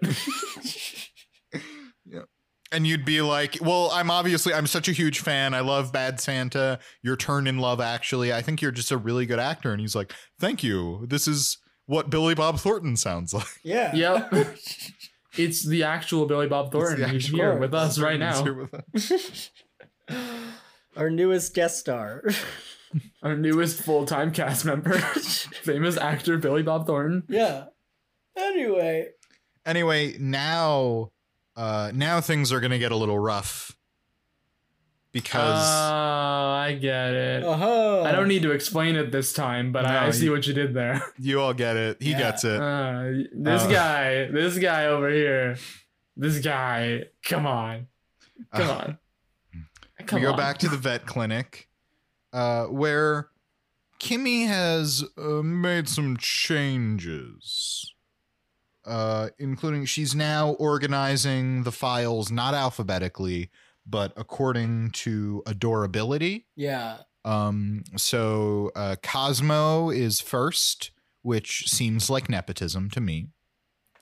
B: and you'd be like, "Well, I'm obviously I'm such a huge fan. I love Bad Santa. Your turn in Love Actually. I think you're just a really good actor." And he's like, "Thank you. This is what Billy Bob Thornton sounds like."
C: Yeah.
A: yep, it's the actual Billy Bob
B: the
A: Thornton. He's
B: actual
A: here with us right
B: *laughs* He's
A: now.
B: here with us.
C: *laughs* Our newest guest star. *laughs*
A: Our newest full time cast
B: *laughs*
A: member, famous actor Billy Bob Thornton.
C: yeah. Anyway.
B: Anyway, now, uh, now things are gonna get a little rough
A: Oh,
B: because
A: I get it.
C: Uh-huh.
A: I don't need to explain it this time, but
B: Oh. No,
A: I, I see
B: you-
A: what you did there.
B: you all get it. He
C: Yeah.
B: gets it.
A: *laughs* Uh, this
B: Uh.
A: guy, this guy over here, this guy. Come on, come
B: Uh,
A: on. Come
B: *laughs* we go
A: on.
B: back to the vet clinic uh, where Kimmy has uh, made some changes, uh, including she's now organizing the files not alphabetically, but according to adorability.
C: Yeah.
B: Um, so uh, Cosmo is first, which seems like nepotism to me.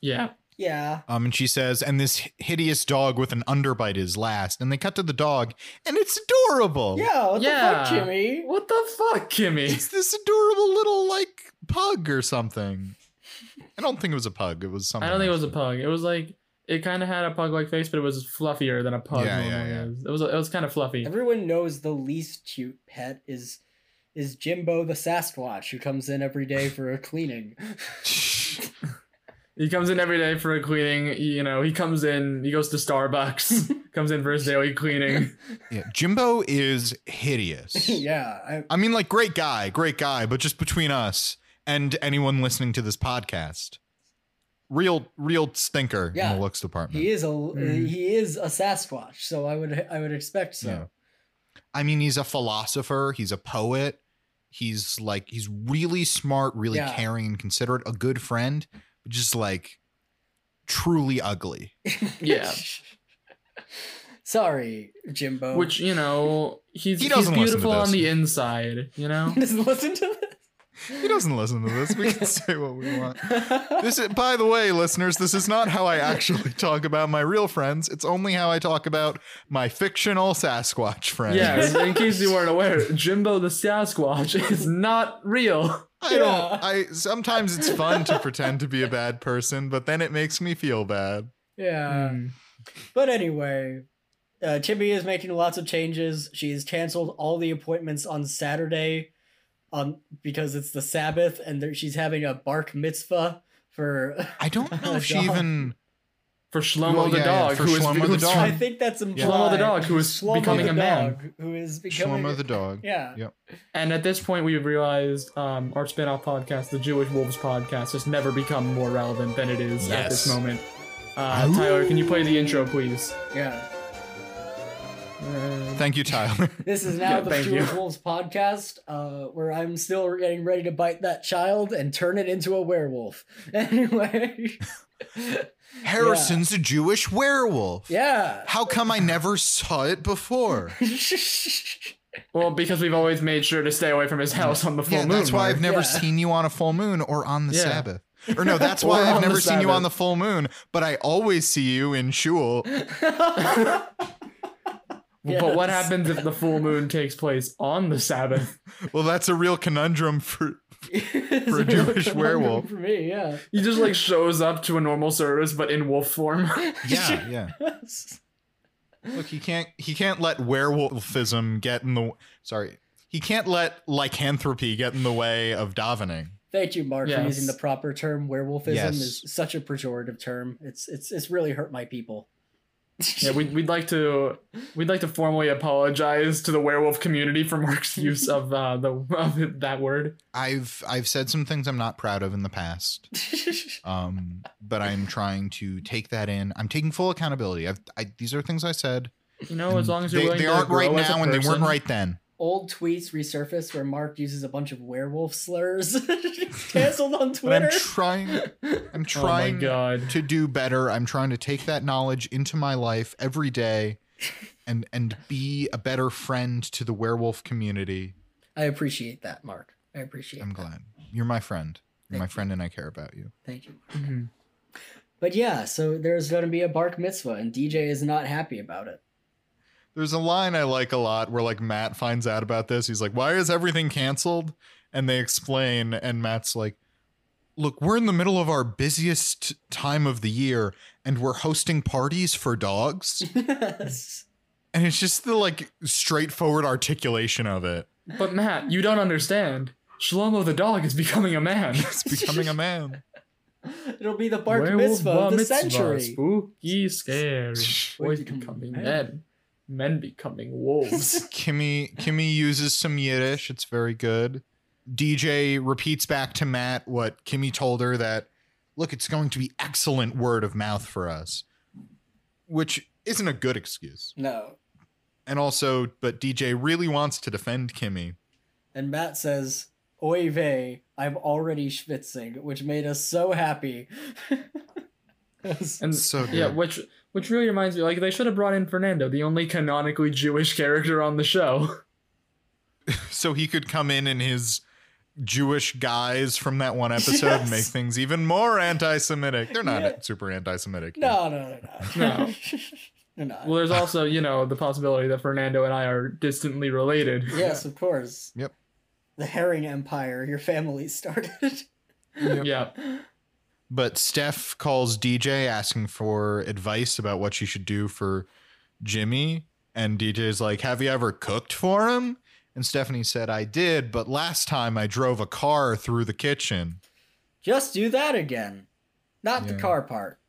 A: Yeah,
C: Yeah.
B: Um, and she says, and this hideous dog with an underbite is last. And they cut to the dog, and it's adorable.
C: Yeah. What
A: Oh. Yeah.
C: the fuck, Jimmy?
A: what the fuck, Kimmy?
B: *laughs* it's this adorable little like pug or something. I don't think it was a pug. It was something.
A: I don't think it was a
B: else.
A: pug. It was like it kind of had a pug-like face, but it was fluffier than a pug
B: Yeah, yeah,
A: normally
B: yeah.
A: is. It was it was kind of fluffy.
C: Everyone knows the least cute pet is is Jimbo the Sasquatch who comes in every day for a cleaning. *laughs*
A: He comes in every day for a cleaning. You know, he comes in, he goes to
B: *laughs*
A: Starbucks, comes in for his daily cleaning.
B: *laughs* Yeah, Jimbo is hideous.
C: *laughs* yeah. I,
B: I mean, like great guy, great guy, but just between us and anyone listening to this podcast, real, real stinker
C: Yeah.
B: in the looks department.
C: he is a
A: Mm.
C: he is a Sasquatch, so I would I would expect so.
B: Yeah. I mean, he's a philosopher. He's a poet. He's like he's really smart, really
C: Yeah.
B: caring and considerate, a good friend, but just like truly ugly.
C: *laughs*
A: Yeah.
C: Sorry, Jimbo. *laughs*
A: Which you know he's
B: He
A: he's
B: doesn't listen to
A: beautiful on
B: this.
A: the inside. You know.
C: doesn't listen to
B: He doesn't listen to this.
C: *laughs*
B: We can say what we want.
A: *laughs*
C: this.
B: This is, by the way, listeners, this is not how I actually talk about my real friends. It's only how I talk about my fictional Sasquatch friends. *laughs*
A: Yeah, in case you weren't aware, Jimbo the Sasquatch *laughs* is not real.
B: I
C: Yeah.
B: don't. I sometimes it's fun to pretend to be a bad person, but then it makes me feel bad.
A: Mm.
C: yeah. But anyway, uh, Chibi is making lots of changes. She's canceled all the appointments on Saturday, on because it's the Sabbath, and there, she's having a bark mitzvah for. *laughs*
A: *laughs*
B: I don't know if she
C: Dog.
B: even.
A: For Shlomo
B: Well,
A: the
B: yeah, yeah,
A: dog,
B: for
A: who is
B: Shlomo the
A: who's-
B: dog.
C: I think that's implied.
A: Shlomo the dog, who is
C: Shlomo
A: becoming
C: the
A: a man.
C: dog, who is becoming.
B: Shlomo the dog.
C: yeah.
B: Yeah.
A: And at this point, we realized um, our spin-off podcast, the Jewish Wolves podcast, has never become more relevant than it is at this
B: Yes.
A: moment. Uh, Tyler, can you play the intro, please?
C: Yeah.
A: Uh,
B: Thank
A: *laughs*
B: you, Tyler.
C: This is now
A: Yeah,
C: the
A: thank
C: Jewish
A: you.
C: Wolves podcast, uh, where I'm still getting ready to bite that child and turn it into a werewolf. *laughs* Anyway, *laughs*
B: Harrison's a Jewish werewolf.
C: yeah. *laughs*
B: How come I never saw it before?
A: well, because we've always made sure to stay away from his house on the *laughs* full
B: yeah,
A: moon.
B: that's why I've
A: Mark.
B: never
C: Yeah.
B: seen you on a full moon or on the
A: Yeah. *laughs*
B: Sabbath. Or no, that's
A: Or
B: why
A: on
B: I've
A: the
B: never seen you
A: Sabbath.
B: on the full moon, but I always see you in
A: *laughs*
B: shul.
A: But what
C: Yes.
A: happens if the full moon takes place on the Sabbath?
B: Well, that's a real conundrum for
C: It's
B: For a
C: real
B: Jewish
C: conundrum
B: werewolf.
C: For me, yeah. *laughs*
A: He just like shows up to a normal service, but in wolf form. *laughs*
B: *laughs* Yeah, yeah. Look, he can't he can't let werewolfism get in the sorry. He can't let lycanthropy get in the way of davening.
C: Thank you, Mark, for
A: Yes.
C: using the proper term. Werewolfism
B: Yes.
C: is such a pejorative term. It's it's it's really hurt my people.
A: Yeah, we'd, we'd like to we'd like to formally apologize to the werewolf community for *laughs* Mark's use of uh, the of that word.
B: I've I've said some things I'm not proud of in the past. Um, but I'm trying to take that in. I'm taking full accountability. I've I, these are things I said.
A: You know, Oh, as long as you're
B: They,
A: willing
B: they
A: to
B: aren't
A: grow
B: right
A: as a
B: now and they weren't
A: person.
B: right then.
C: *laughs* Old tweets resurfaced where Mark uses a bunch of werewolf slurs. *laughs* Canceled on
B: But I'm
C: Twitter.
B: trying I'm
A: *laughs* Oh my
B: trying
A: god!
B: to do better. I'm trying to take that knowledge into my life every day and and be a better friend to the werewolf community.
C: I appreciate that, Mark. I appreciate.
B: I'm
C: that.
B: glad. You're my friend. You're my
C: Thank
B: friend and I care about you.
C: Thank you. Mark.
A: Mhm.
C: But yeah, so there's going to be a bark mitzvah, and DJ is not happy about it. *laughs*
B: There's a line I like a lot where like Matt finds out about this. He's like, "Why is everything canceled?" And they explain and Matt's like, "Look, we're in the middle of our busiest time of the year and we're hosting parties for
C: *laughs*
B: dogs." and *laughs* it's just the like straightforward articulation of it.
A: But Matt, you don't understand. Shlomo the dog is becoming a *laughs* man.
B: It's becoming a man.
C: *laughs*
B: *laughs*
C: It'll be the bark
A: Werewolf
C: mitzvah
A: bar
C: of the
A: mitzvah,
C: century.
A: Spooky, scary. Boys
C: becoming
A: becoming
C: men.
A: men. Men becoming *laughs* wolves.
C: *laughs*
B: Kimmy Kimmy uses some Yiddish. It's very good. DJ repeats back to Matt what Kimmy told her that look, it's going to be excellent word of mouth for us, which isn't a good excuse.
C: No.
B: And also, but DJ really wants to defend Kimmy.
C: And Matt says, Oy vey, I'm already schwitzing, which made us so happy. *laughs*
A: And
B: So
A: yeah,
B: good.
A: which which really reminds me, like they should have brought in Fernando, the only canonically Jewish character on the show.
B: So he could come in in his Jewish guys from that one episode and make
C: *laughs* Yes.
B: things even more anti-Semitic. They're not
C: Yeah.
B: super anti-Semitic.
C: no, no, no, no. *laughs*
A: No.
C: They're not.
A: Well, there's also, you know, the possibility that Fernando and I are distantly related.
C: yes, of course.
B: Yep.
C: The herring empire your family started. *laughs*
A: Yeah.
B: But Steph calls DJ asking for advice about what she should do for Jimmy. And DJ's like, Have you ever cooked for him? And Stephanie said, I did, but last time I drove a car through the kitchen.
C: Just do that again. Not the
B: Yeah.
C: car part.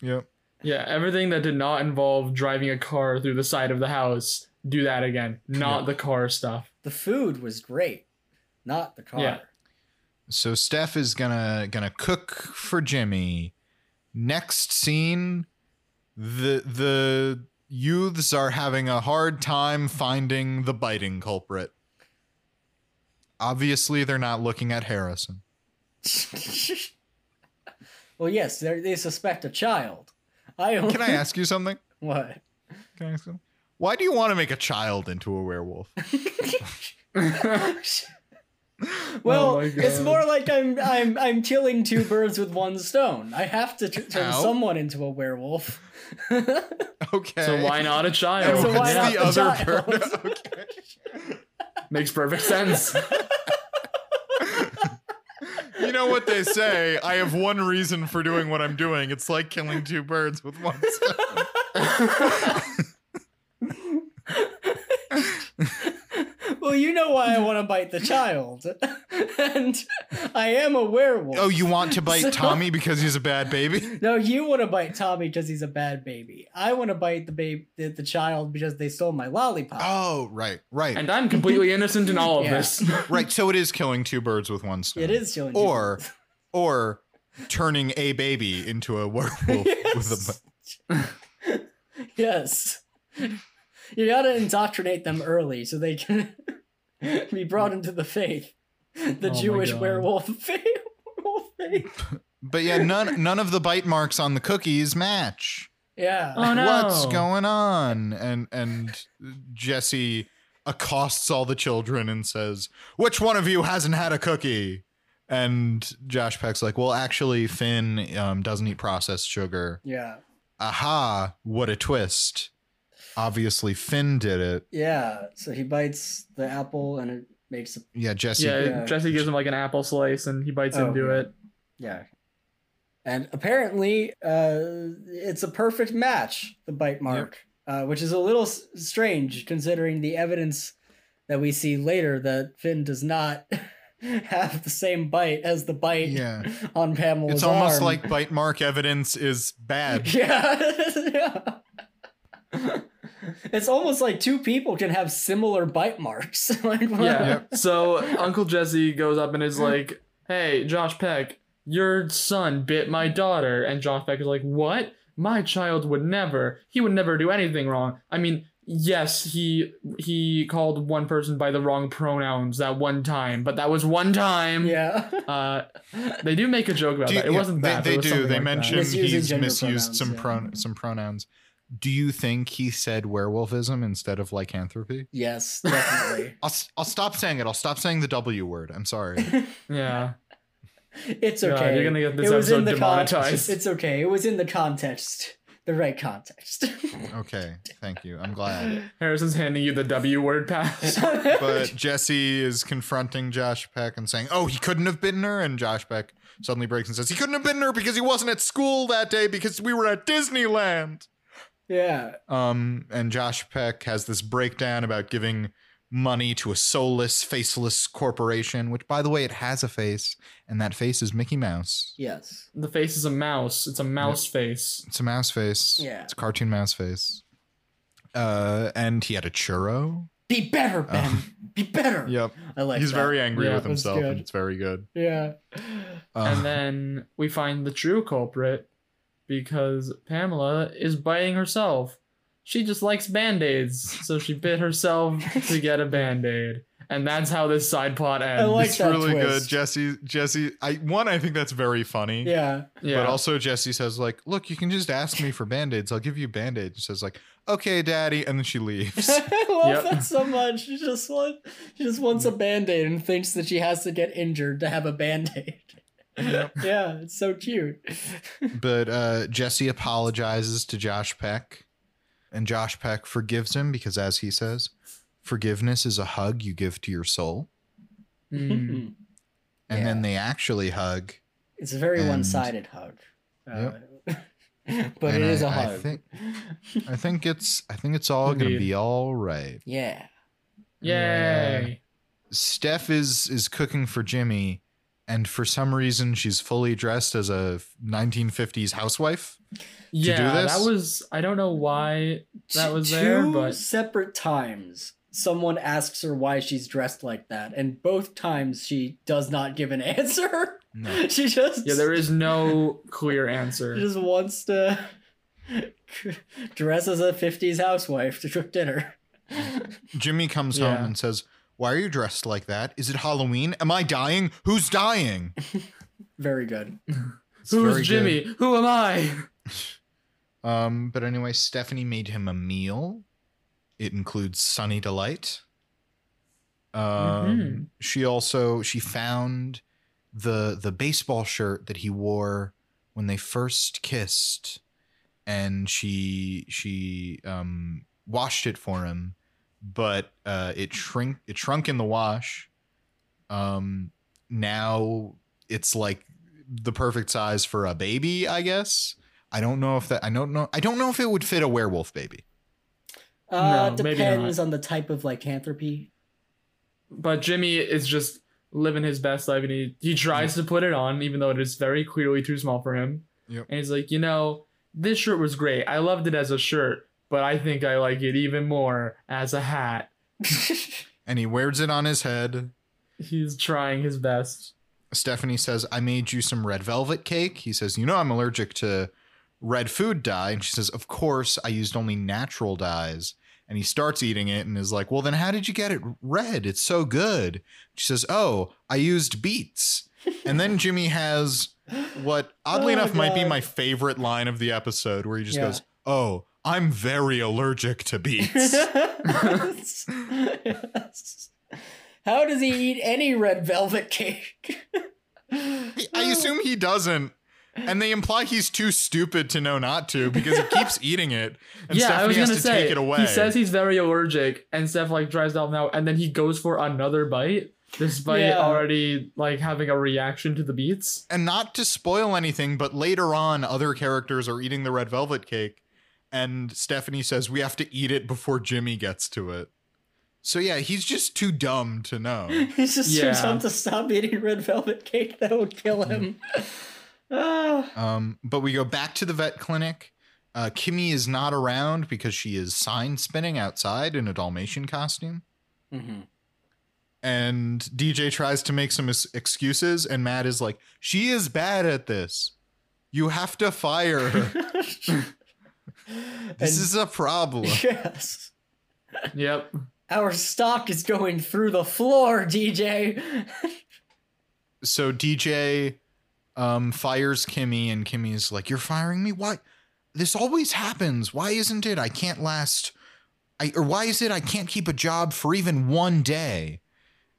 B: Yep.
A: Yeah. Everything that did not involve driving a car through the side of the house, do that again. Not
B: Yeah.
A: the car stuff.
C: The food was great, not the car.
A: Yeah.
B: So Steph is gonna gonna cook for Jimmy. Next scene, the the youths are having a hard time finding the biting culprit. Obviously, they're not looking at Harrison.
C: *laughs* well, yes, they they suspect a child. I only, *laughs*
B: Can I ask you something?
C: what?
B: *laughs* Can I ask something? Why do you want to make a child into a werewolf? *laughs*
C: well,
A: Oh my
C: it's
A: God.
C: more like I'm I'm I'm killing two birds with one stone. I have to t- turn
B: Ow.
C: someone into a werewolf. *laughs*
B: Okay.
A: So why
B: *laughs*
A: not a
B: And
A: child?
C: So
B: what's
C: why
A: Yeah,
C: not
B: the
C: the
B: other *laughs*
C: child?
B: bird? Okay.
A: Makes perfect sense.
B: You know what they say? I have one reason for doing what I'm doing. It's like killing two birds with one stone.
C: well, you know why I want to bite the child, *laughs* and I am a werewolf.
B: Oh, you want to bite
C: So-
B: Tommy because he's a bad baby?
C: No, you want to bite Tommy because he's a bad baby. I want to bite the babe, the, the child because they stole my lollipop.
B: *laughs* Oh, right, right,
A: And I'm completely innocent in all of
C: Yeah.
A: this.
B: right. So it is killing two birds with one stone.
C: It is chilling.
B: Oh. Or,
C: *laughs*
B: or turning a baby into a *laughs* werewolf with a.
C: Yes. *laughs* yes. You gotta indoctrinate them early so they can *laughs* be brought into the faith. The
A: Oh my
C: Jewish
A: God.
C: werewolf *laughs* faith. werewolf faith.
B: But yeah, none none of the bite marks on the cookies match.
C: Yeah.
A: Oh, no.
B: What's going on? And and Jesse accosts all the children and says, "Which one of you hasn't had a cookie?" And Josh Peck's like, "Well, actually, Finn um, doesn't eat processed sugar."
C: yeah.
B: Aha! What a twist! Obviously, Finn did it.
C: Yeah. So he bites the apple and it makes a
B: Yeah, Jesse.
A: yeah,
C: Yeah.
A: Jesse gives him like an apple slice and he bites
C: Oh,
A: into
C: yeah.
A: it.
C: yeah. And apparently, uh, it's a perfect match, the bite mark, uh, which is a little s- strange considering the evidence that we see later that Finn does not *laughs* have the same bite as the bite
B: Yeah.
C: on Pamela's
B: It's almost
C: arm.
B: like bite mark evidence is bad.
C: *laughs* yeah, *laughs* yeah. It's almost like two people can have similar bite marks. *laughs* like,
B: *laughs*
C: what-
A: Yeah. So Uncle Jesse goes up and is like, "Hey, Josh Peck, your son bit my daughter." And Josh Peck is like, "What? My child would never. He would never do anything wrong. I mean, yes, he he called one person by the wrong pronouns that one time, but that was one time.
C: yeah. *laughs*
A: Uh, they do make a joke about
B: Do you-
A: that. It
B: yeah,
A: wasn't
B: they,
A: that.
B: They
A: it was
B: do.
A: something
B: They
A: like that.
B: mention
C: Misusing
B: he's
C: gender
B: misused some
C: pronouns,
B: pron- some pronouns. Do you think he said werewolfism instead of lycanthropy?
C: Yes, definitely.
B: I'll, s- I'll stop saying it. I'll stop saying the W word. I'm *laughs* sorry.
A: Yeah.
C: It's
A: God,
C: okay.
A: you're gonna get this
C: It was in
A: episode
C: the con-
A: demonetized.
C: It's okay. It was in the context, the right context. *laughs*
B: Okay. Thank you. I'm glad.
A: Harrison's handing you the W word pass. *laughs*
B: *laughs* But Jesse is confronting Josh Peck and saying, Oh, he couldn't have bitten her. And Josh Peck suddenly breaks and says, He couldn't have bitten her because he wasn't at school that day because we were at Disneyland.
C: *laughs* yeah,
B: Um, and Josh Peck has this breakdown about giving money to a soulless, faceless corporation, which, by the way, it has a face, and that face is Mickey Mouse.
C: yes.
A: the face is a mouse. It's a mouse face.
B: It's a mouse face.
C: Yeah.
B: It's a cartoon mouse face. Uh, and he had a churro.
C: Be better, Ben. Be better.
B: Yep.
C: I like
B: He's
C: that.
B: very angry
A: Yeah,
B: with
C: it was
B: himself, and
C: good.
B: it's very good.
C: Yeah.
B: Uh,
A: And then we find the true culprit because Pamela is biting herself. She just likes band aids, so she bit herself to get a band aid. And that's how this side plot ends.
C: I like
B: it's
C: that
B: really good.
C: twist.
B: Jesse, Jesse, I one, I think that's very funny.
C: Yeah. *laughs*
A: yeah.
B: But also Jesse says like, "Look, you can just ask me for band-aids. I'll give you band-aids." She says like, "Okay, daddy," and then she
C: *laughs*
B: leaves.
C: I
A: Yep.
C: love that so much. She just want, she just wants a band-aid and thinks that she has to get injured to have a band-aid. *laughs* yeah, it's so cute.
B: *laughs* but uh, Jesse apologizes to Josh Peck, and Josh Peck forgives him because, as he says, forgiveness is a hug you give to your soul.
A: Mm.
C: *laughs*
B: Mm-hmm. And
C: Yeah.
B: then they actually hug.
C: It's a very
B: And-
C: one-sided hug. Uh, *laughs* but it
B: and
C: is a
B: I- I
C: hug.
B: think- I think it's I think it's all gonna
A: Indeed.
B: be all right.
C: yeah.
A: Yay.
B: Steph is is cooking for Jimmy, and for some reason she's fully dressed as a 1950s housewife.
A: Yeah,
B: this?
A: that was I don't know why That was
C: two
A: there, but-
C: separate times someone asks her why she's dressed like that, and both times she does not give an *laughs* answer.
B: No.
C: she just
A: Yeah, there is no clear
C: she
A: answer.
C: just wants to dress as a '50s housewife to cook dinner. *laughs*
B: Jimmy comes
A: Yeah.
B: home and says, Why are you dressed like that? Is it Halloween? Am I dying? Who's dying?
C: Very good.
B: It's very
A: Who's
B: good.
A: Jimmy? Who am I?
B: Um, but anyway, Stephanie made him a meal. It includes Sunny Delight. Um,
A: Mhm.
B: she also she found the the baseball shirt that he wore when they first kissed, and she she um washed it for him, but uh, it shrink it shrunk in the wash. Um, now it's like the perfect size for a baby, I guess. I don't know if that. I don't know. I don't know if it would fit a werewolf baby.
C: Uh,
A: No, maybe
C: depends on the type of
A: *laughs*
C: lycanthropy. *laughs*
A: But Jimmy is just living his best life and he, he tries to put it on, even though it is very clearly too small for him.
B: Yep.
A: And he's like, you know, this shirt was great. I loved it as a shirt, but I think I like it even more as a hat.
B: And he wears it on his head.
A: He's trying his best.
B: Stephanie says, "I made you some red velvet cake." He says, "You know I'm allergic to red food dye." And she says, "Of course, I used only natural dyes." And he starts eating it and is like, "Well, then how did you get it red? It's so good." She says, "Oh, I used
C: *laughs*
B: beets." And then Jimmy has what oddly
C: Oh,
B: enough might be
C: God.
B: my favorite line of the episode where he just
C: Yeah.
B: goes, "Oh, I'm very allergic to
C: *laughs*
B: beets."
C: Yes. How does he eat any red velvet cake? *laughs*
B: I assume he doesn't. And they imply he's too stupid to know not to because he
A: *laughs*
B: keeps eating it. And
A: yeah,
B: Stephanie
A: I was
B: has
A: gonna
B: to
A: say
B: take it away.
A: he says he's very allergic, and Steph like tries to help him out, and then he goes for another bite, despite
C: Yeah.
A: already like having a reaction to the beats.
B: and not to spoil anything, but later on, other characters are eating the red velvet cake. And Stephanie says we have to eat it before Jimmy gets to it. So yeah, he's just too dumb
A: *laughs*
B: to know.
C: *laughs* He's just
A: Yeah.
C: too dumb to stop eating red velvet cake. That would kill him. *laughs* Ah.
B: Um, but we go back to the vet clinic. Uh, Kimmy is not around because she is sign spinning outside in a Dalmatian costume.
C: *laughs* Mhm.
B: and DJ tries to make some ex- excuses, and Matt is like, "She is bad at this. You have to fire
C: *laughs*
B: her. This
C: And-
B: is a problem."
C: *laughs* Yes.
A: Yep.
C: Our stock is going through the floor, DJ.
B: So DJ um, fires Kimmy, and Kimmy's like, "You're firing me? Why? This always happens. Why isn't it? I can't last. I or why is it I can't keep a job for even one day?"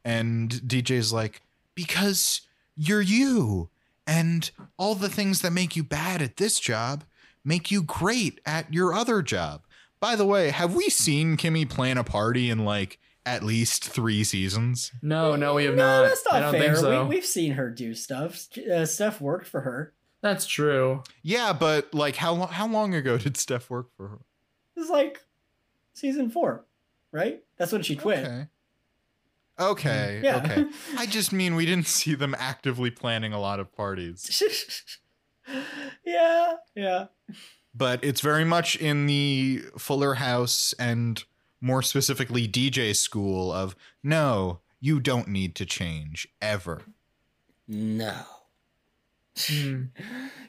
B: And DJ's like, "Because you're you, and all the things that make you bad at this job make you great at your other job." By the way, have we seen Kimmy plan a party in like at least three seasons?
A: No, no, we have
C: no,
A: not.
C: that's not
A: I don't
C: fair.
A: think so.
C: we, we've seen her do stuff. Uh, Steph worked for her.
A: That's
C: *sighs*
A: true.
B: Yeah, but like how lo- how long ago did Steph work for her?
C: It's like season four, right? That's when she quit.
B: Okay. Okay.
C: Mm, Yeah. *laughs*
B: Okay. I just mean we didn't see them actively planning a lot of parties,
C: yeah, yeah.
B: but it's very much in the Fuller House and more specifically DJ school of no, you don't need to change ever.
C: No.
A: Hmm.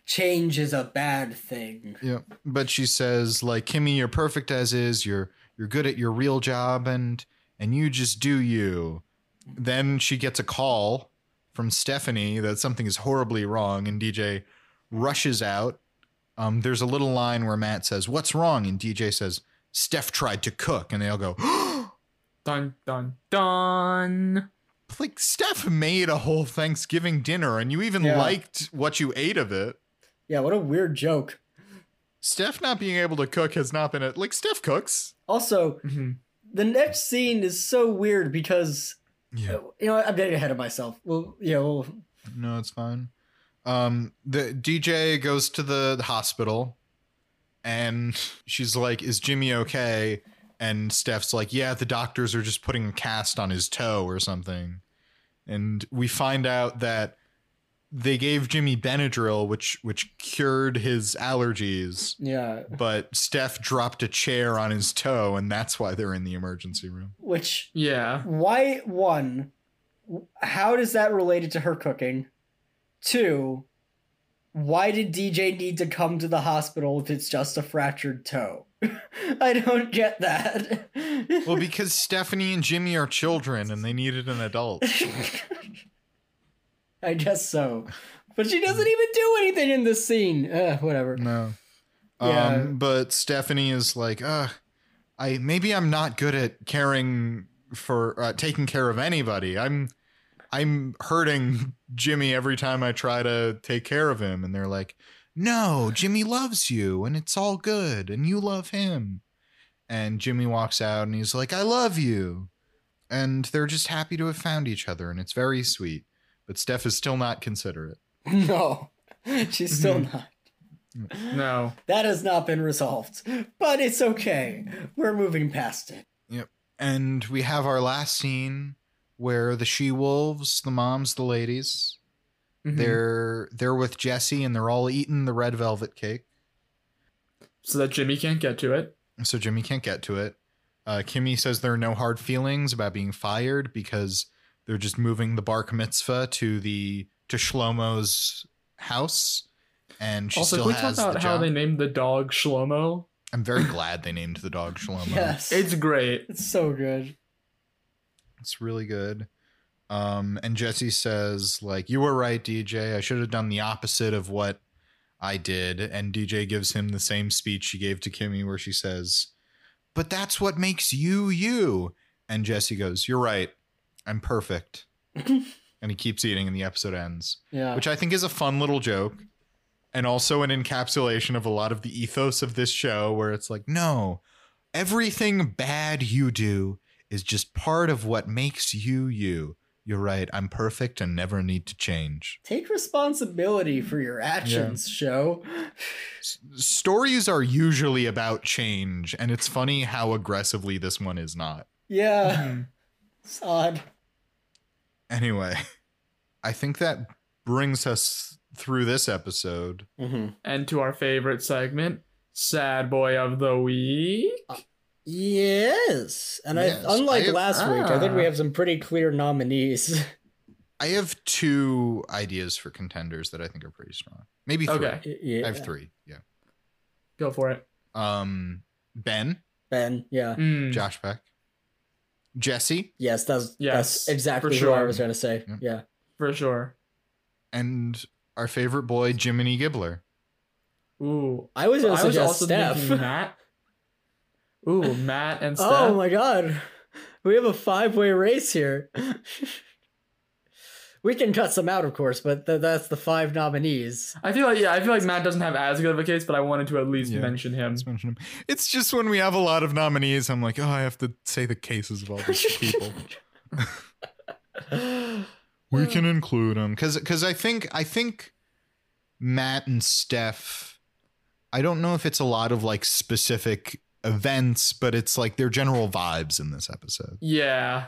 C: Change is a bad thing.
B: Yeah. But she says like Kimmy, you're perfect as is. You're you're good at your real job and and you just do you. Then she gets a call from Stephanie that something is horribly wrong and DJ rushes out. Um, there's a little line where Matt says, "What's wrong?" and DJ says, "Steph tried to cook." And they all go, *gasps*
A: Dun dun dun.
B: "Like Steph made a whole Thanksgiving dinner and you even
C: Yeah.
B: liked what you ate of it."
C: Yeah, what a weird joke.
B: Steph not being able to cook has not been a like Steph cooks.
C: Also,
A: Mhm.
C: the next scene is so weird because
B: Yeah.
C: you know I'm getting ahead of myself. Well, yeah, well,
B: No, it's fine. Um, the DJ goes to the, the hospital and *laughs* she's like, Is Jimmy okay? And Steph's like, Yeah, the doctors are just putting a cast on his toe or something. And we find out that they gave Jimmy Benadryl, which which cured his allergies,
C: yeah.
B: but Steph dropped a chair on his toe, and that's why they're in the emergency room.
C: Which
A: Yeah.
C: why one how does that related to her cooking two why did dj need to come to the hospital if it's just a fractured toe *laughs* I don't get that.
B: Well, because Stephanie and Jimmy are children and they needed an adult.
C: *laughs* I guess so. But she doesn't even do anything in this scene. Uh, whatever.
B: No.
C: *laughs* Yeah.
B: Um, but Stephanie is like, uh, I maybe I'm not good at caring for uh, taking care of anybody. I'm I'm hurting *laughs* Jimmy every time I try to take care of him and they're like, "No, Jimmy loves you and it's all good and you love him." And Jimmy walks out and he's like, "I love you." And they're just happy to have found each other and it's very sweet. But Steph is still not considerate.
C: *laughs* No, she's still not.
A: Mm-hmm. No.
C: That has not been resolved. But it's okay. We're moving past it.
B: And we have our last scene where the she wolves, the moms, the ladies,
A: Mhm.
B: they're they're with Jesse and they're all eating the red velvet cake.
A: So that Jimmy can't get to it.
B: So Jimmy can't get to it. Uh, Kimmy says there are no hard feelings about being fired because they're just moving the bar mitzvah to the to Shlomo's house, and she
A: also,
B: still
A: can we talk
B: has the
A: about how
B: job.
A: they named the dog Shlomo?
B: I'm very glad they named the dog Shlomo.
A: *laughs*
C: Yes.
A: It's great.
C: It's so good.
B: It's really good. Um, and Jesse says, like, you were right, DJ. I should have done the opposite of what I did. And DJ gives him the same speech she gave to Kimmy, where she says, But that's what makes you you. And Jesse goes, You're right. I'm perfect. and he keeps eating, and the episode ends,
C: Yeah.
B: which I think is a fun little joke. And also an encapsulation of a lot of the ethos of this show, where it's like, no, everything bad you do is just part of what makes you you. You're right. I'm perfect and never need to change.
C: Take responsibility for your actions, show.
B: S- stories are usually about change, and it's funny how aggressively this one is not.
A: Mm-hmm.
C: Yeah. It's odd.
B: Anyway, *laughs* I think that brings us through this episode.
C: Mm-hmm.
A: And to our favorite segment, Sad Boy of the Week.
C: Yes. And
B: Yes,
C: I unlike
B: I-
C: last week, I think
A: Ah.
C: we have some pretty clear nominees.
B: I have two ideas for contenders that I think are pretty strong. Maybe three.
A: Okay,
B: I
C: *laughs* yeah.
B: have three. Yeah.
A: go for it.
B: Um, ben,
C: Ben, yeah.
A: Mm.
B: Josh Peck, Jesse,
C: Yes, that's
A: Yes,
C: that's exactly
A: for
C: who I
A: sure.
C: was gonna say.
B: Yeah.
C: Yeah.
A: For sure.
B: and our favorite boy, Jiminy Gibbler.
A: Ooh.
C: I was gonna
A: I was
C: suggest
A: also
C: Steph.
A: thinking Matt. Ooh, Matt and Steph.
C: *laughs* Oh my god. We have a five way race here. we can cut some out, of course, but th- that's the five nominees.
A: I feel like yeah, I feel like Matt doesn't have as good of a case, but I wanted to at least
B: Yeah.
A: mention him.
B: Let's mention him. It's just when we have a lot of nominees, I'm like, oh, I have to say the cases of all these *laughs* people. we can include them because I think I think Matt and Steph. I don't know if it's a lot of like specific events, but it's like their general vibes in this episode.
A: Yeah.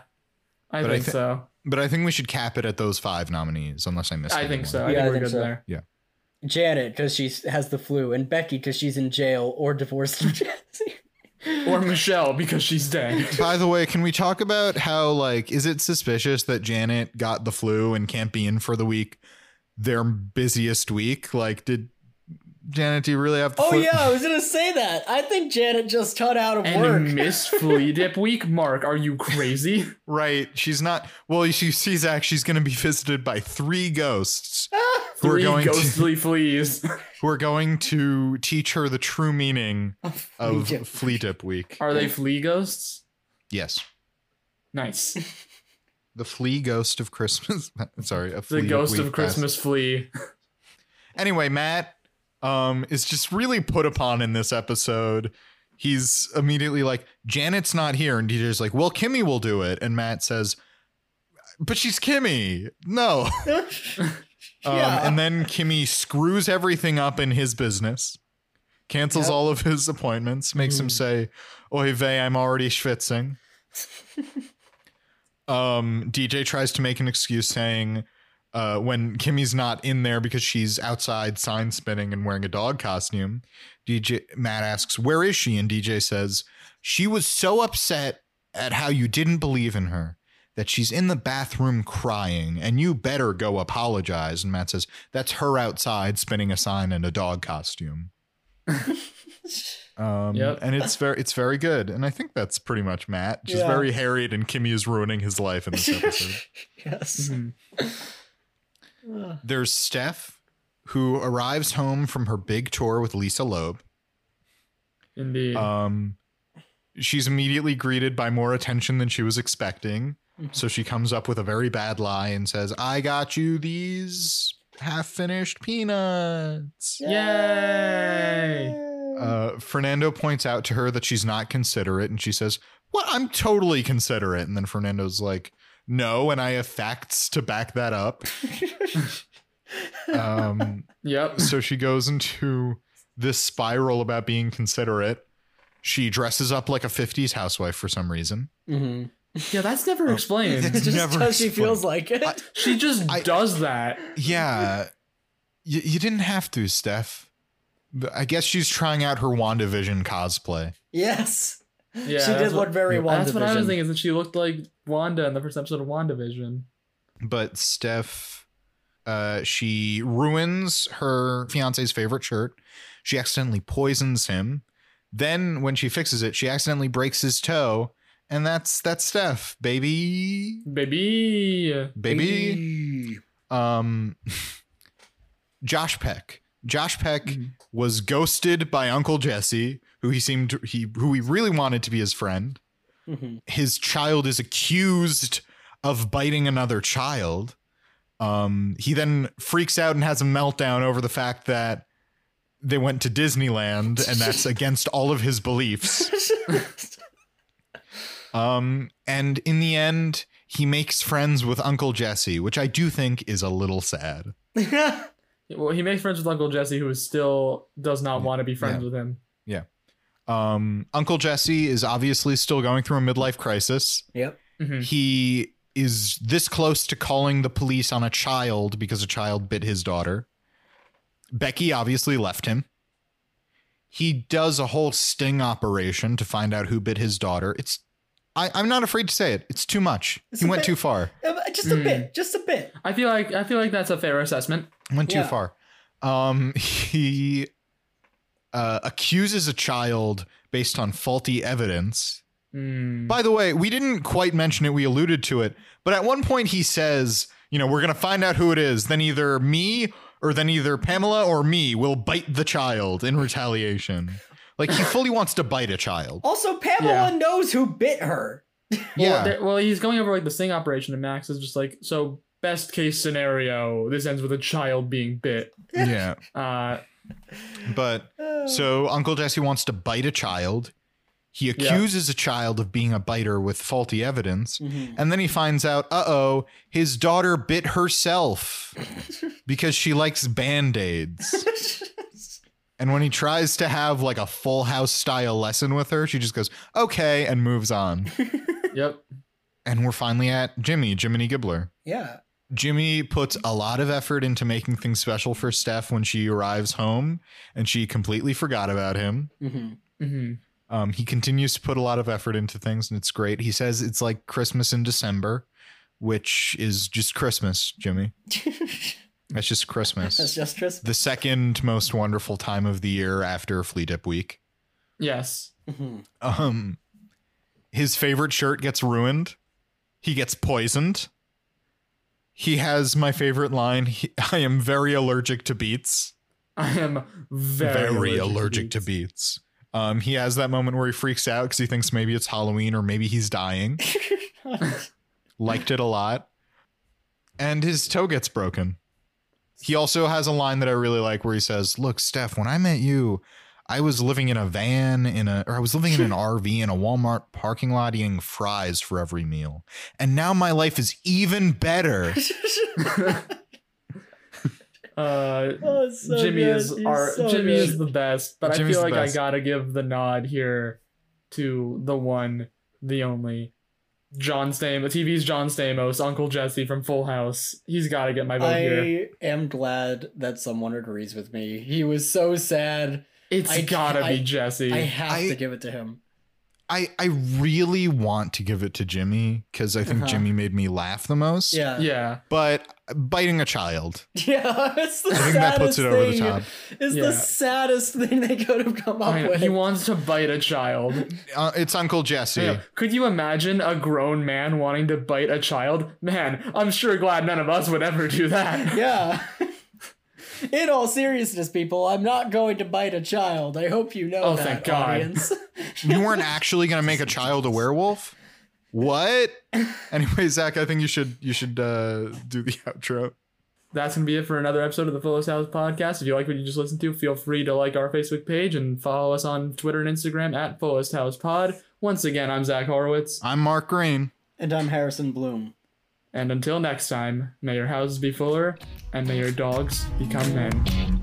A: I
B: But I
A: think
B: thi-
A: so.
B: But I think we should cap it at those five nominees, unless I missed.
A: I think
B: anyone.
A: so. I
C: Yeah,
A: think
C: I
A: we're
C: think
A: good
C: so.
A: there.
C: *laughs* Janet, because she has the flu, and Becky, because she's in jail or divorced from *laughs* Jesse.
A: Or Michelle because she's dead.
C: *laughs*
B: By the way, can we talk about how like is it suspicious that Janet got the flu and can't be in for the week? Their busiest week. Like, did Janet? Do you really have? The
C: Oh,
B: flu?
C: yeah, I was going to say that. I think Janet just cut out of work.
A: And
C: *laughs*
A: Miss Flea Dip Week, Mark, are you crazy?
B: right. She's not. Well, she sees Zach. She's going to be visited by three ghosts who
A: *laughs*
B: are
A: Three
B: going to
A: ghostly fleas.
B: who are going to teach her the true meaning of
C: Dip.
B: Flea Dip Week.
A: Are they flea ghosts?
B: Yes,
C: *laughs*
A: Nice.
B: the flea ghost of Christmas. *laughs* Sorry, a
A: The
B: flea
A: ghost
B: week
A: of Christmas flea.
B: anyway, Matt um, is just really put upon in this episode. He's immediately like, Janet's not here. And DJ's like, well, Kimmy will do it. And Matt says, but she's Kimmy. No. Um,
C: Yeah.
B: and then Kimmy screws everything up in his business, cancels
C: Yep. Hmm.
B: all of his appointments, makes him say, Oy vey, I'm already
C: *laughs*
B: schwitzing. um, DJ tries to make an excuse saying, uh, when Kimmy's not in there because she's outside sign spinning and wearing a dog costume, DJ Matt asks, Where is she? And DJ says, She was so upset at how you didn't believe in her that she's in the bathroom crying and you better go apologize. And Matt says, That's her outside spinning a sign in a dog costume. Um,
A: Yep.
B: and it's very it's very good. And I think that's pretty much Matt. Just
C: Yeah.
B: very harried and Kimmy is ruining his life in
C: *laughs*
B: this episode. Mm-hmm.
C: yes.
A: Mm-hmm.
C: Uh,
B: There's Steph, who arrives home from her big tour with Lisa Loeb.
A: Indeed.
B: Um, she's immediately greeted by more attention than she was expecting. So she comes up with a very bad lie and says, I got you these half finished peanuts.
A: Yay!
B: Uh, Fernando points out to her that she's not considerate, and she says, What? I'm totally considerate. And then Fernando's like, No, and I have facts to back that up. Um,
A: Yep.
B: so she goes into this spiral about being considerate. She dresses up like a 50s housewife for some reason.
C: mhm.
A: Yeah, that's never
B: oh. *laughs*
A: explained.
C: Just
B: Never
C: how she
B: explained.
C: feels like it.
B: I-
A: She just
B: I-
A: does that.
B: Yeah. you, you didn't have to, Steph. But I guess she's trying out her WandaVision cosplay.
C: yes.
A: Yeah,
C: she did
A: that's
C: look very WandaVision.
A: That's what I was thinking. Is that she looked like Wanda in the first episode of WandaVision?
B: But Steph, uh, she ruins her fiance's favorite shirt. She accidentally poisons him. Then when she fixes it, she accidentally breaks his toe. And that's that's Steph, baby.
A: Baby.
B: Baby. um *laughs* Josh Peck. Josh Peck was ghosted by Uncle Jesse, who he seemed he who he really wanted to be his friend.
C: *laughs* Mhm.
B: His child is accused of biting another child. Um he then freaks out and has a meltdown over the fact that they went to Disneyland and that's against all of his beliefs. Um, and in the end, he makes friends with Uncle Jesse, which I do think is a little sad.
A: Well, he makes friends with Uncle Jesse, who is still does not want to be friends
B: Yeah.
A: with him.
B: Um, Uncle Jesse is obviously still going through a midlife crisis.
C: yep.
A: Mhm.
B: He is this close to calling the police on a child because a child bit his daughter. Becky obviously left him. He does a whole sting operation to find out who bit his daughter. It's I, I'm not afraid to say it. It's too much.
C: It's
B: he
C: a
B: went
C: bit-
B: too far.
C: Uh, Just a
A: Mm.
C: bit. Just a bit.
A: I feel like I feel like that's a fair assessment.
B: went too
C: Yeah.
B: far. Um, he uh, accuses a child based on faulty evidence.
A: Mm.
B: By the way, we didn't quite mention it; we alluded to it. But at one point, he says, "You know, we're gonna find out who it is. Then either me, or then either Pamela or me will bite the child in retaliation." Like he fully wants to bite a child.
C: Also, Pamela
A: Yeah.
C: knows who bit her.
A: Oh, Well,
B: Yeah,
A: there- well, he's going over like the sting operation, and Max is just like, so best case scenario, this ends with a child being bit.
C: *laughs*
B: yeah.
A: Uh,
B: But
C: Oh.
B: so Uncle Jesse wants to bite a child. He accuses a child of being a biter with faulty evidence.
C: Mhm.
B: And then he finds out, uh oh, his daughter bit herself because she likes band aids. and when he tries to have like a full house style lesson with her, she just goes, okay, and moves on.
A: yep.
B: and we're finally at Jimmy, Jiminy Gibbler.
C: *laughs* yeah.
B: Jimmy puts a lot of effort into making things special for Steph when she arrives home, and she completely forgot about him.
C: Mhm.
A: hmm
B: Um, he continues to put a lot of effort into things, and it's great. He says it's like Christmas in December, which is just Christmas, Jimmy. That's just
C: That's *laughs*
B: Christmas.
C: just Tristan.
B: the second most wonderful time of the year after Flea Dip Week.
A: Yes. *laughs*
C: Mhm.
B: Um, his favorite shirt gets ruined. He gets poisoned. He has my favorite line. He, *laughs* I am very allergic to beets.
A: I am very,
B: Very, allergic to
A: bees.
B: beets. Um, he has that moment where he freaks out because he thinks maybe it's Halloween or maybe he's *laughs* dying. liked it a lot. And his toe gets broken. He also has a line that I really like where he says, Look, Steph, when I met you, I was living in a van in a or I was living *laughs* in an RV in a Walmart parking lot eating fries for every meal. And now my life is even *laughs* better.
A: *laughs* Uh,
C: *laughs* Oh, it's so
A: Jimmy
C: good.
A: is
C: He's
A: our
C: so
A: Jimmy
C: good.
A: is the best, but
B: Jimmy's
A: I
B: the
A: feel like I
B: best.
A: gotta give the nod here to the one, the only, John Stamos. TV's John Stamos, Uncle Jesse from Full House. He's gotta get my vote here.
C: I am glad that someone agrees with me. He was so sad.
A: It's
C: I ca-
A: gotta
C: I-
A: be Jesse.
C: I have
B: I-
C: to give it to him.
B: I I really want to give it to Jimmy because I think
C: Uh-huh.
B: Jimmy made me laugh the most.
C: Yeah.
A: Yeah.
B: But biting a child,
C: *laughs* Yeah, it's the
B: I think that puts
C: saddest
B: it over the
C: thing.
B: top.
C: It's
A: Yeah.
C: the saddest thing they could have come up
A: I know.
C: with.
A: He wants to bite a child.
B: Uh, it's Uncle Jesse.
A: Yeah. Could you imagine a grown man wanting to bite a child? Man, I'm sure glad none of us would ever do that. *laughs*
C: *laughs* yeah. *laughs* In all seriousness, people, I'm not going to bite a child. I hope you know
A: Oh,
C: that,
A: thank God. *laughs*
C: audience.
B: You weren't actually gonna make a child a werewolf. What? Anyway, Zach, I think you should you should uh, do the *laughs* outro.
A: That's gonna be it for another episode of the Phyllis House Podcast. If you like what you just listened to, feel free to like our Facebook page and follow us on Twitter and Instagram at Fullest House Pod. Once again, I'm Zach Horowitz,
B: I'm Mark Green.
C: and I'm Harrison Bloom.
A: and until next time, may your houses be fuller and may your dogs become men.